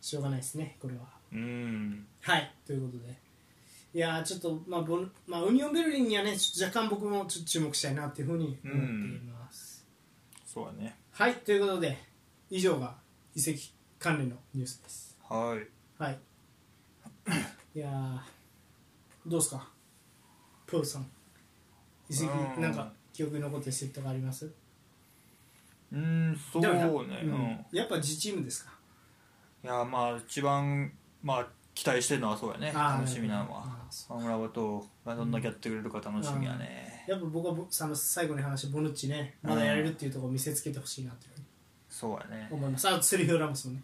A: しょうがないですねこれは
B: うん
A: はいということでいやーちょっと、まあボルまあ、ウニオンベルリンにはねちょっと若干僕もちょっと注目したいなっていうふうに思っています、
B: そうやね
A: はいということで以上が移籍関連のニュースです
B: はい
A: はい いやーどうですかプロさん移籍
B: うん
A: なんか記憶に残ってるセットがあります
B: うんそうね
A: でもや
B: うん
A: うんやっぱ自チームですか
B: いやまあ一番まあ期待してるのはそうやね
A: あー
B: 楽しみなのは
A: あーそう
B: 河村はとがどんだけやってくれるか楽しみやね
A: やっぱ僕はぼその最後に話したボヌッチねまだやれるっていうところを見せつけてほしいなっていうふうに
B: そうやね
A: 思いますあとセルフィオ・ラモスもね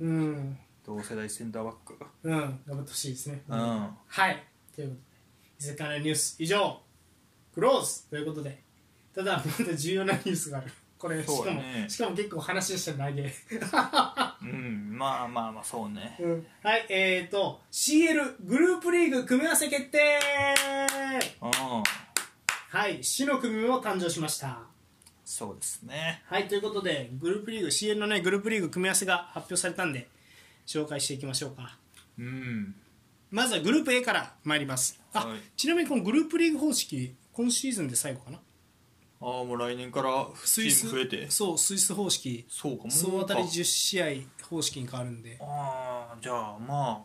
B: うん
A: うん
B: 同世代センターバック
A: うん、頑張ってほしいですね。
B: うんは
A: はい。ということで、伊勢からニュース以上、クローズということで、ただ、まだ重要なニュースがある。これ、し
B: そう
A: か
B: だ
A: も、
B: ね
A: しかも結構話したら投げ。
B: うんまあまあまあそうね
A: はい、えーと、CL グループリーグ組み合わせ決定
B: うん
A: はい、死の組も誕生しました。
B: そうですね
A: はい、ということで、グループリーグ、CL のね、グループリーグ組み合わせが発表されたんで、紹介していきましょうか。
B: うん
A: まずはグループ A から参ります。あ、
B: はい
A: ちなみにこのグループリーグ方式、今シーズンで最後かな。
B: ああもう来年からチ
A: スイ
B: ー
A: ス
B: ム増えて
A: そう、スイス方式、
B: そうかもう
A: 総当たり
B: か
A: 10試合方式に変わるんで、
B: ああじゃあま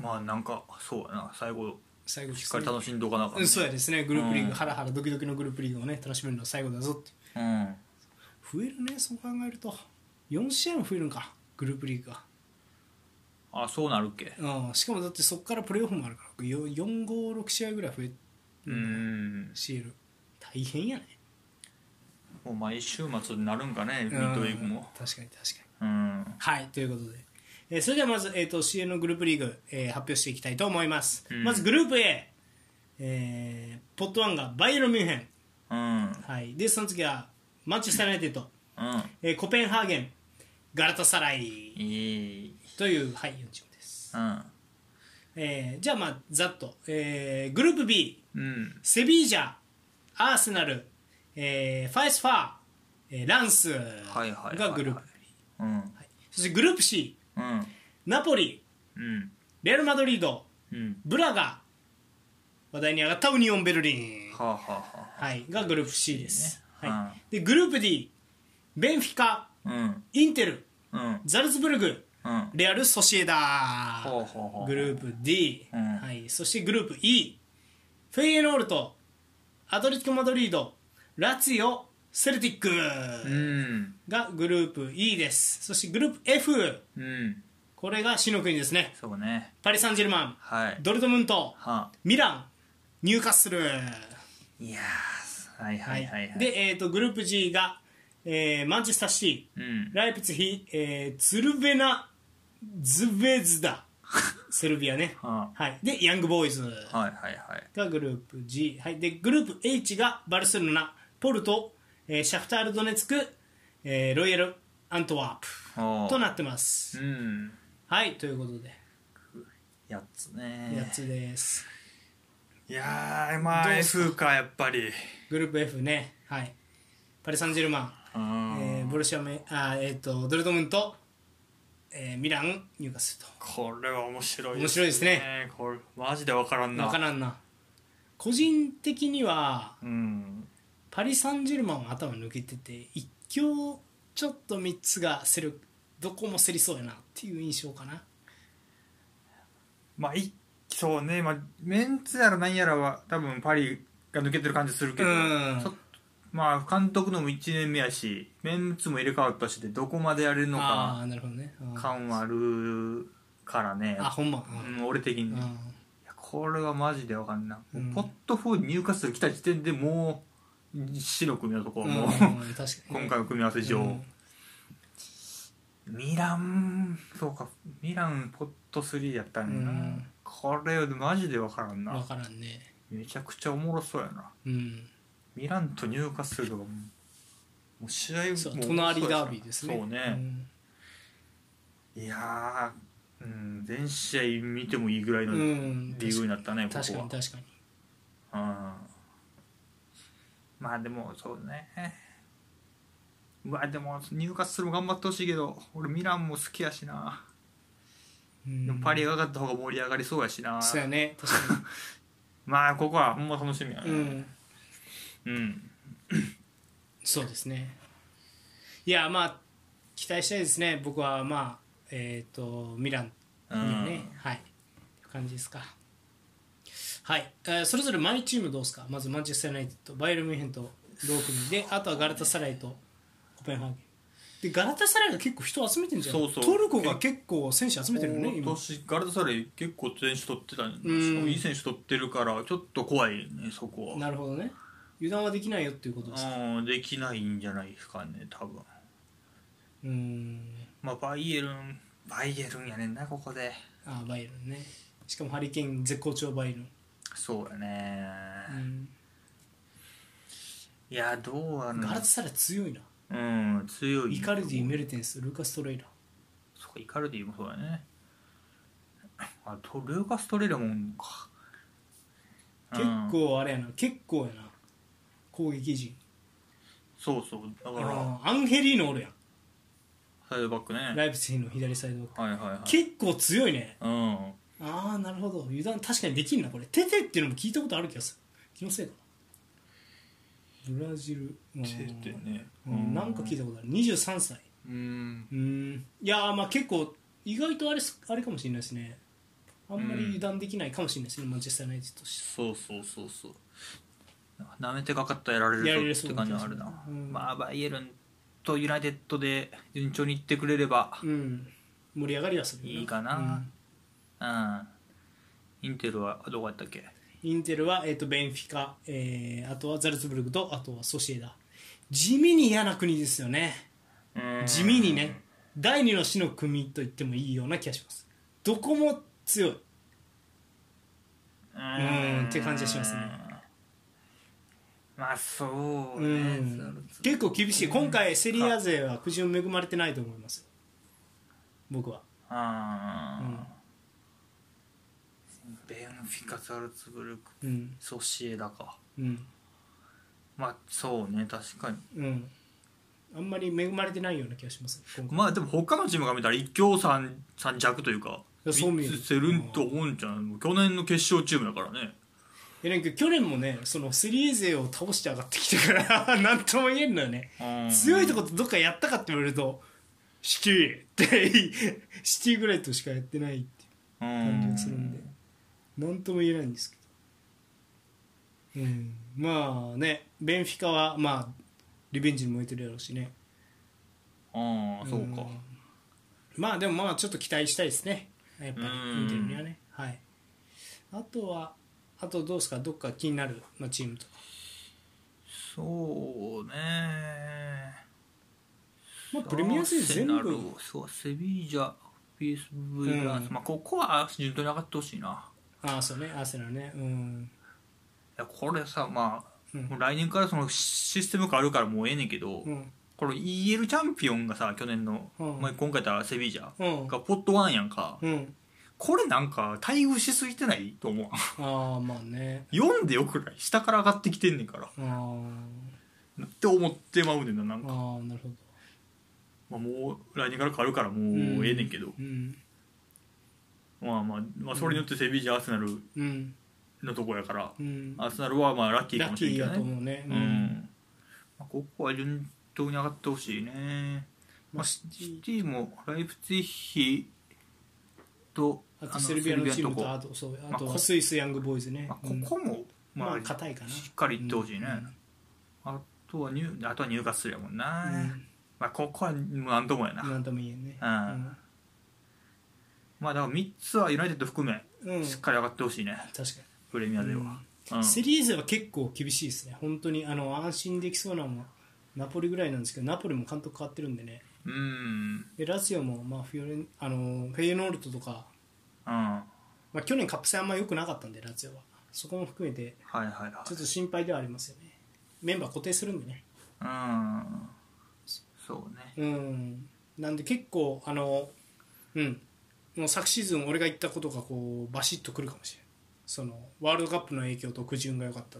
B: あまあなんかそうやな最後
A: 最後
B: しっかり楽しんどかなあか
A: うんそうや
B: ね
A: ですね、グループリーグ、
B: うん
A: ハラハラドキドキのグループリーグをね、楽しめるのは最後だぞって。
B: うん
A: 増えるね、そう考えると。4試合も増えるんか、グループリーグが。
B: あそうなるっけ
A: うん、しかもだってそこからプレーオフもあるから、よ4、5、6試合ぐらい増え、
B: うん
A: しえる。大変やね。
B: もう毎週末になるんかねミッドウィーク
A: う
B: も
A: ん確かに確かに。
B: うん
A: はい、ということで、えーそれではまず、えー、と CN のグループリーグ、えー発表していきたいと思います、
B: うん
A: まずグループ A、えーポット1がバイエルンミュンヘン、
B: うん
A: はい、でその次はマンチェスター・ユナイテッド、
B: うん
A: えーコペンハーゲンガラタサライ
B: いい
A: という、はい、4チームです、
B: うん
A: えーじゃあまあざっと、えーグループ B
B: うん
A: セビージャアーセナル、えーファイスファー、えーランス
B: はいはいはいはい
A: がグループ B
B: うん
A: そしてグループ C
B: うん
A: ナポリ
B: うん
A: レアル・マドリード
B: うん
A: ブラが話題に上がったウニオンベルリン、
B: はあはあは
A: はい、がグループ C です、
B: いいね
A: はい、でグループ D ベンフィカ
B: あうん
A: インテル
B: うん
A: ザルツブルグ
B: うん
A: レアル・ソシエダ
B: ほうほうほう
A: グループ D、
B: うん
A: はい、そしてグループ E フェイエノールトアトレティコ・マドリードラツィオセルティック
B: うん
A: がグループ E ですそしてグループ F
B: うん
A: これが死の国ですね
B: そうね
A: パリ・サンジェルマン
B: はい
A: ドルトムント
B: はあ
A: ミラン入荷する
B: いやーはいはいはいはい
A: で、えー、とグループ G が、えーマンチェスターシ
B: う
A: ティ、
B: ん
A: ライプツヒ、えーツルベナズベズダセルビアね、
B: は
A: はい、でヤングボーイズ
B: あはいはいはい
A: がグループ G、はい、でグループ H がバルセロナポルト、えーシャフタールドネツク、えーロイヤルアントワー
B: は
A: プ
B: あ
A: となってます
B: うん
A: はいということで
B: やつね
A: 8つです
B: いやーまあ F かやっぱり
A: グループ F ね、はい、パリ・サンジェルマン
B: うん
A: えーボルシアメあー、えー、とドルトムント、えーミラン入荷する
B: これは面白い
A: 面白いですね
B: これマジで分からん
A: と
B: な
A: 分からんな個人的には
B: うん
A: パリ・サンジェルマンは頭抜けてて一強ちょっと3つが競るどこも競りそうやなっていう印象かな
B: まあいそうね、まあ、メンツやらなんやらは多分パリが抜けてる感じするけど
A: うん
B: ちょっと
E: まあ監督のも1年目やしメンツも入れ替わったしでどこまでやれるの
A: あ
E: か
A: あなるほどねあー
E: 感はあるからね、
A: あほんま
E: うん、俺的に、
A: うん
E: いやこれはマジでわかんな、い
A: うん
E: ポットフォード入荷する来た時点でもう死の組み合わせとか
A: う
E: は
A: ん
E: もう、
A: うん確か に
E: 今回の組み合わせ上、
A: うん
E: ミランそうかミランポット3やったんやな、
A: うん
E: これマジでわからんな、
A: 分からんね
E: めちゃくちゃおもろそうやな
A: うん
E: ミランと入荷するがもうもう試合
A: そう
E: も
A: 隣ダービーですね
E: そうね、
A: うん
E: いやー、うん、全試合見てもいいぐらいの
A: う
E: 理
A: ん
E: 由になったね、こ
A: 確か
E: こ
A: に確かに
E: は。うん、まあでも、そうね。うわ、でも、入荷するも頑張ってほしいけど、俺、ミランも好きやしな。
A: うん
E: でも、パリが上がった方が盛り上がりそうやしな。
A: そうやね確か
E: まあ、ここはほんま楽しみや
A: にう
E: ね。
A: ん
E: うん。
A: そうですね。いや、まあ、期待したいですね。僕は、まあ、えっ、と、ミランにはね、はい、って感じですか。はい、えーそれぞれマイチームどうですかまずマンチェスター・ユナイテッド、バイエル・ミュンヘンと同組で、あとはガラタサライとコペンハーゲン。で、ガラタサライが結構人集めてるんじゃない
B: そうそう
A: トルコが結構選手集めてるよね、
B: 今
A: 今。
B: 年ガルタサレイ結構選手取ってたんで
A: うん
B: すよいい選手取ってるからちょっと怖いねそこは
A: なるほどね。油断はできないよっていうことです。
B: うんできないんじゃないですかね多分
A: うーん。
B: まあバイエルンバイエルンやねんなここで
A: あー、バイエルンね。しかもハリケーン絶好調バイエルン。
B: そうやね
A: うん
B: いやどうや
A: ガラ
B: な
A: タサライ強いな。
B: うん強い
A: イカルディ、メルテンス、ルーカス・トレイラ。
B: そうかイカルディもそうだねあとルーカス・トレーラもおんのか
A: 結
B: うん
A: 構あれやな、結構やな。攻撃陣。
B: そうそうだ
A: あ
B: から
A: ーアンヘリーノおるやん。
B: サイドバックね
A: ライプツィヒの左サイドバック。
B: はいはいはい
A: 結構強いね。
B: うん
A: ああ、なるほど。油断、確かにできんな、これ。テテっていうのも聞いたことある気がする。気のせいかな。ブラジル。うん
B: てね
A: うんなんか聞いたことある。23歳。
B: うん
A: うん。いやー、まあ結構、意外とあれすあれかもしれないですね。あんまり油断できないかもしれないですね、マンチェスター・ナイテッドとして。
B: そうそうそうそうなめてかかったらやられ
A: やられ
B: る
A: る
B: ぞ
A: そう
B: って感じはあるな、
A: うん
B: まあバイエルンとユナイテッドで順調にいってくれれば
A: うん。盛り上がりはするよ
B: いいかなうんインテルはどこやったっけ
A: インテルは、えー、とベンフィカ、えーあとはザルツブルクとあとはソシエダ地味に嫌な国ですよね地味にね第二の死の組と言ってもいいような気がしますどこも強いうんって感じがしますね
B: まあそう
A: う
B: ね、
A: ん結構厳しい今回セリア勢はくじを恵まれてないと思いますよ僕は
B: あ
A: う
B: ー
A: ん
B: ベンフィカザルツブルク
A: うん
B: ソシエダか
A: うん
B: まあそうね確かに
A: うんあんまり恵まれてないような気がします今回
B: まあでも他のチームが見たら一強三三弱というか
A: いやそう見える
B: 三つセルンとオンちゃんもう去年の決勝チームだからね
A: いやなんか去年もねそのセリエ勢を倒して上がってきたから なんとも言えんのよね強いとことどっかやったかって言われると「シティ!」って言いシティぐらいとしかやってないって感じがするんで何とも言えないんですけど、うん、まあねベンフィカはまあリベンジに燃えてるやろうしね
B: ああそうか
A: んまあでもまあちょっと期待したいですねやっぱり
B: うん
A: インテルにはねはいあとはあとどうですかどっか気になる、まあ、チームとか
B: そうね
A: まあプレミア勢全
B: アーセナ
A: 部
B: ルそうセビージャ PSV
A: うん
B: フランスまあここは順当に上がってほしいな
A: ああそうねアーセナルねうん
B: いやこれさまあ、
A: うん
B: もう来年からそのシステム変わるからもうええねんけど、
A: うん
B: これ EL チャンピオンがさ去年の、
A: うん
B: まあ、今回やったらセビージャ
A: うん
B: がポットワンやんか、
A: うん
B: これなんか待遇しすぎてないと思う
A: ああまあね
B: 読んでよくない下から上がってきてんねんから
A: あー
B: って思ってまうねんななん
A: あ
B: か、
A: ーなるほど
B: まあ、もう来年から変わるからもうええねんけど、
A: うん
B: まあまあ、まあ、それによってセビージャアーセナル
A: うん
B: のとこやから、
A: うん
B: アーセナルはまあラッキー
A: ラ
B: か
A: ッ
B: も
A: キ
B: しれん
A: ー
B: け
A: やと
B: どね
A: 思うね
B: うん、まあ、ここは順当に上がってほしいね、まあ、シティもライプツィヒと
A: あ
B: あ
A: と
B: の
A: セルビアのチーム
B: セルビ
A: と
B: ア
A: あ
B: のとこと
A: そう
B: ま
A: あ
B: あ
A: と
B: こ
A: はスイスヤングボーイズね
B: まあ
A: うん
B: ここも、
A: ま
B: ま
A: あ
B: あ、
A: 硬いかな
B: しっかりいってほしいね、
A: うん
B: あとはニューあとはニューカッスルやもんな、
A: うん
B: まあここはもう何ともやな、
A: なんとも言えんね
B: うんまあだから3つはユナイテッド含め
A: うん、うん
B: しっかり上がってほしいね
A: 確か
B: プレミアでは、
A: うん
B: うん
A: にセリーズは結構厳しいですね本当にあの安心できそうなのはナポリぐらいなんですけどナポリも監督変わってるんでね
B: うん
A: でラツィオも、まあ、フィオレンあのフェイエノールトとか、
B: うんは
A: まあ、去年カップ戦あんま良くなかったんでラツィオはそこも含めて
B: いはいは
A: ちょっと心配ではありますよねメンバー固定するんでね
B: いうんそうね
A: うんなんで結構あのうんもう昨シーズン俺が言ったことがこうバシッとくるかもしれないそのワールドカップの影響とく順が良かった、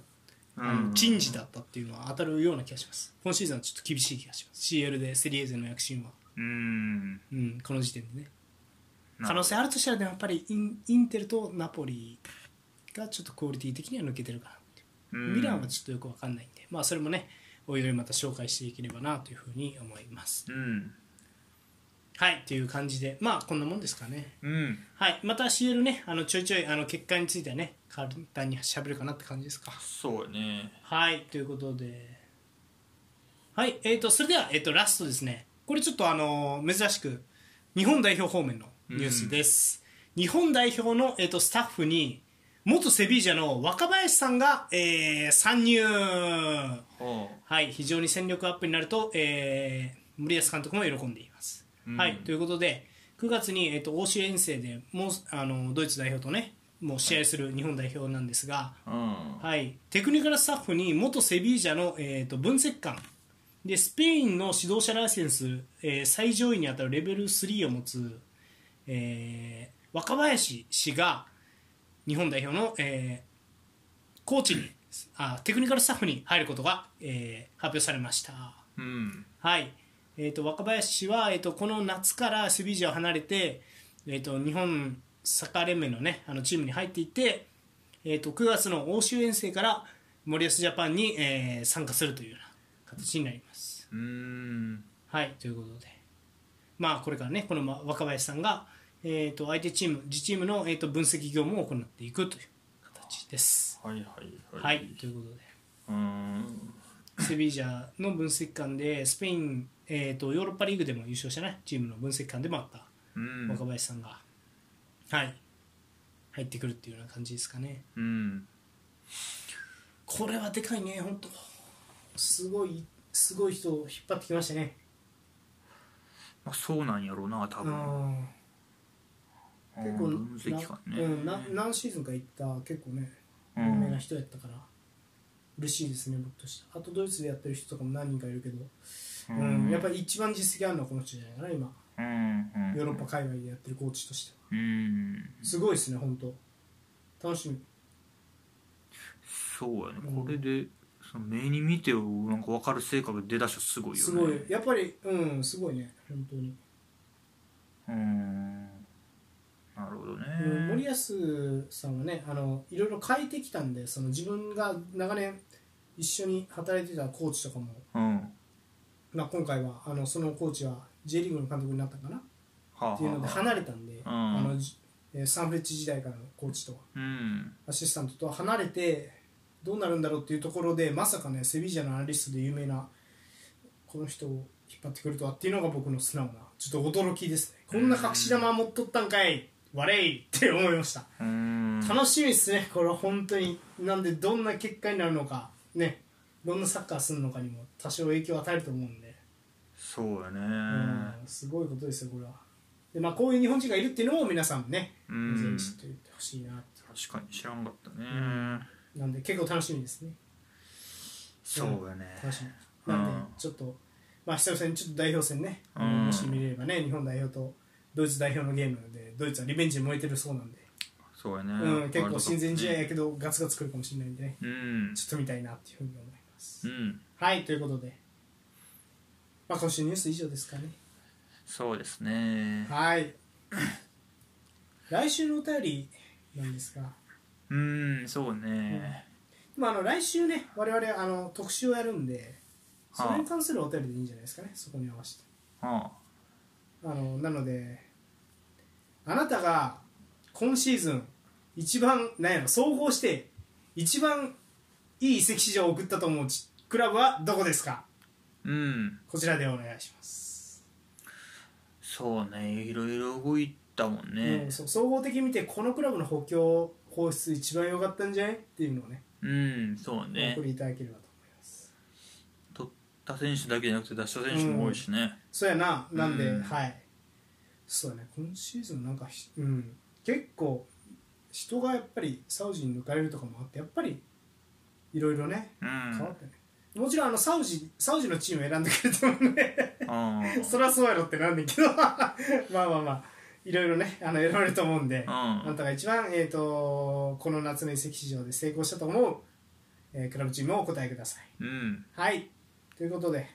A: あの
B: 人
A: 珍事だったっていうのは当たるような気がします今シーズンはちょっと厳しい気がします CL でセリエーゼの躍進は、
B: うん
A: うん、この時点でね
B: な
A: 可能性あるとしたらでもやっぱりインインテルとナポリがちょっとクオリティ的には抜けてるかな
B: うん
A: ミランはちょっとよく分かんないんで、まあ、それもねおいおいまた紹介していければなというふうに思います
B: うん
A: はいという感じでまあこんなもんですかね
B: うん
A: はいまた CL ねあのちょいちょいあの結果についてはね簡単にしゃべるかなって感じですか
B: そうね
A: はいということではいえー、とそれでは、えー、とラストですねこれちょっとあのー珍しく日本代表方面のニュースです、日本代表の、えー、とスタッフに元セビージャの若林さんが、えー参入
B: は
A: はい、非常に戦力アップになると、えー森保監督も喜んでいます。
B: うん
A: はい、ということで9月に、えー、と欧州遠征でもうあのドイツ代表と、ね、もう試合する日本代表なんですが、
B: あうん
A: はい、テクニカルスタッフに元セビージャの、えー、と分析官でスペインの指導者ライセンス、えー最上位に当たるレベル3を持つ、えー若林氏が日本代表の、えーコーチにあテクニカルスタッフに入ることが、えー発表されました。
B: うん
A: はい、えー、と若林氏は、えー、とこの夏からセビージャを離れて、えー、と日本サッカー連盟の,、ね、あのチームに入っていて、えー、と9月の欧州遠征から森保ジャパンに、えー参加するというような形になります。
B: うん
A: はい、ということで、まあ、これからねこのま若林さんが、えー、と相手チーム自チームの、えー、と分析業務を行っていくという形です。
B: はいはい
A: はい、ということで
B: うん
A: セビージャの分析官でスペイン、えー、とヨーロッパリーグでも優勝したねチームの分析官でもあった
B: うん
A: 若林さんが、はい入ってくるっていうような感じですかね
B: うん
A: これはでかいね本当すごいすごい人を引っ張ってきましたね
B: まあそうなんやろうな多分
A: ん
B: うん分析官ね
A: うん、な何シーズンか行った結構ね
B: う
A: 有
B: ん
A: 名な人やったから、嬉しいですね僕としてあとドイツでやってる人とかも何人かいるけど、うんやっぱり一番実績あるのはこの人じゃないかな今
B: うんうん
A: ヨーロッパ海外でやってるコーチとしては
B: うん
A: すごいですね本当楽しみ
B: そうやねこれでその目に見てをなんか分かる成果が出だしたらすごいよね
A: すごいやっぱりうんすごいね本当に、
B: うんなるほどね
A: うん森保さんはねあのいろいろ変えてきたんでその自分が長年一緒に働いてたコーチとかも、
B: うん
A: まあ、今回はあのそのコーチは J リーグの監督になったかな
B: はあは
A: っていうので
B: あはあ
A: 離れたんで、
B: ん
A: あのじえーサンフレッチェ時代からのコーチとは
B: うん
A: アシスタントとは離れてどうなるんだろうっていうところでまさかねセビージャのアナリストで有名なこの人を引っ張ってくるとはっていうのが僕の素直なちょっと驚きですねこんな隠し玉持っとったんかい悪いって思いました
B: うん
A: 楽しみですねこれは本当になんでどんな結果になるのかねどんなサッカーするのかにも多少影響を与えると思うんで、
B: そうやね
A: うんすごいことですよこれはで、まあ、こういう日本人がいるっていうのも皆さんもね
B: う
A: ぜ
B: ん
A: ひ知っておいてほしいなって
B: 確かに知らんかったね
A: んなんで結構楽しみですね
B: そうやね
A: 楽しみ
B: うん
A: なんでちょっと、まあ、久々にちょっと代表戦ね、
B: うん
A: もし見れればね日本代表とドイツ代表のゲームでドイツはリベンジに燃えてるそうなんで、
B: そうやね
A: うん、結構親善試合やけどガツガツ来るかもしれないんでね
B: うん
A: ちょっと見たいなっていうふうに思います、
B: うん
A: はいということで、まあ、今週ニュース以上ですかね
B: そうですね
A: はい来週のお便りなんですが
B: うんそうね
A: まあ、あの来週ね我々あの特集をやるんでそれに関するお便りでいいんじゃないですかねそこに合わせて
B: あ
A: あのなのであなたが今シーズン一番なんやろ総合して一番いい移籍市場を送ったと思うちクラブはどこですか
B: うん
A: こちらでお願いします、
B: そうねいろいろ動いたもん
A: う
B: ね
A: ん、そう総合的に見てこのクラブの補強放出一番良かったんじゃないっていうのをね
B: うん、そう
A: お
B: ね
A: 送りいただければと思います
B: 取った選手だけじゃなくて出した選手も多いしね、
A: そうやななんで、
B: うん
A: はいそうだね今シーズンなんかひ、うん、結構人がやっぱりサウジに抜かれるとかもあってやっぱりいろいろね
B: うん、
A: 変わったね、もちろんあのサウジサウジのチーム選んでくれたもんね
B: あ ー
A: そりゃそうやろってなんねんけど まあまあまあいろいろねあの選ばれると思うんで、
B: うん
A: あなたが一番、えー、とこの夏の移籍市場で成功したと思う、えークラブチームをお答えください。
B: うん
A: はいということで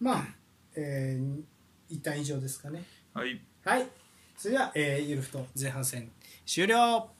A: まあ、えー、一旦以上ですかね。
B: はい
A: はいそれでは、えー、ゆるふと前半戦終了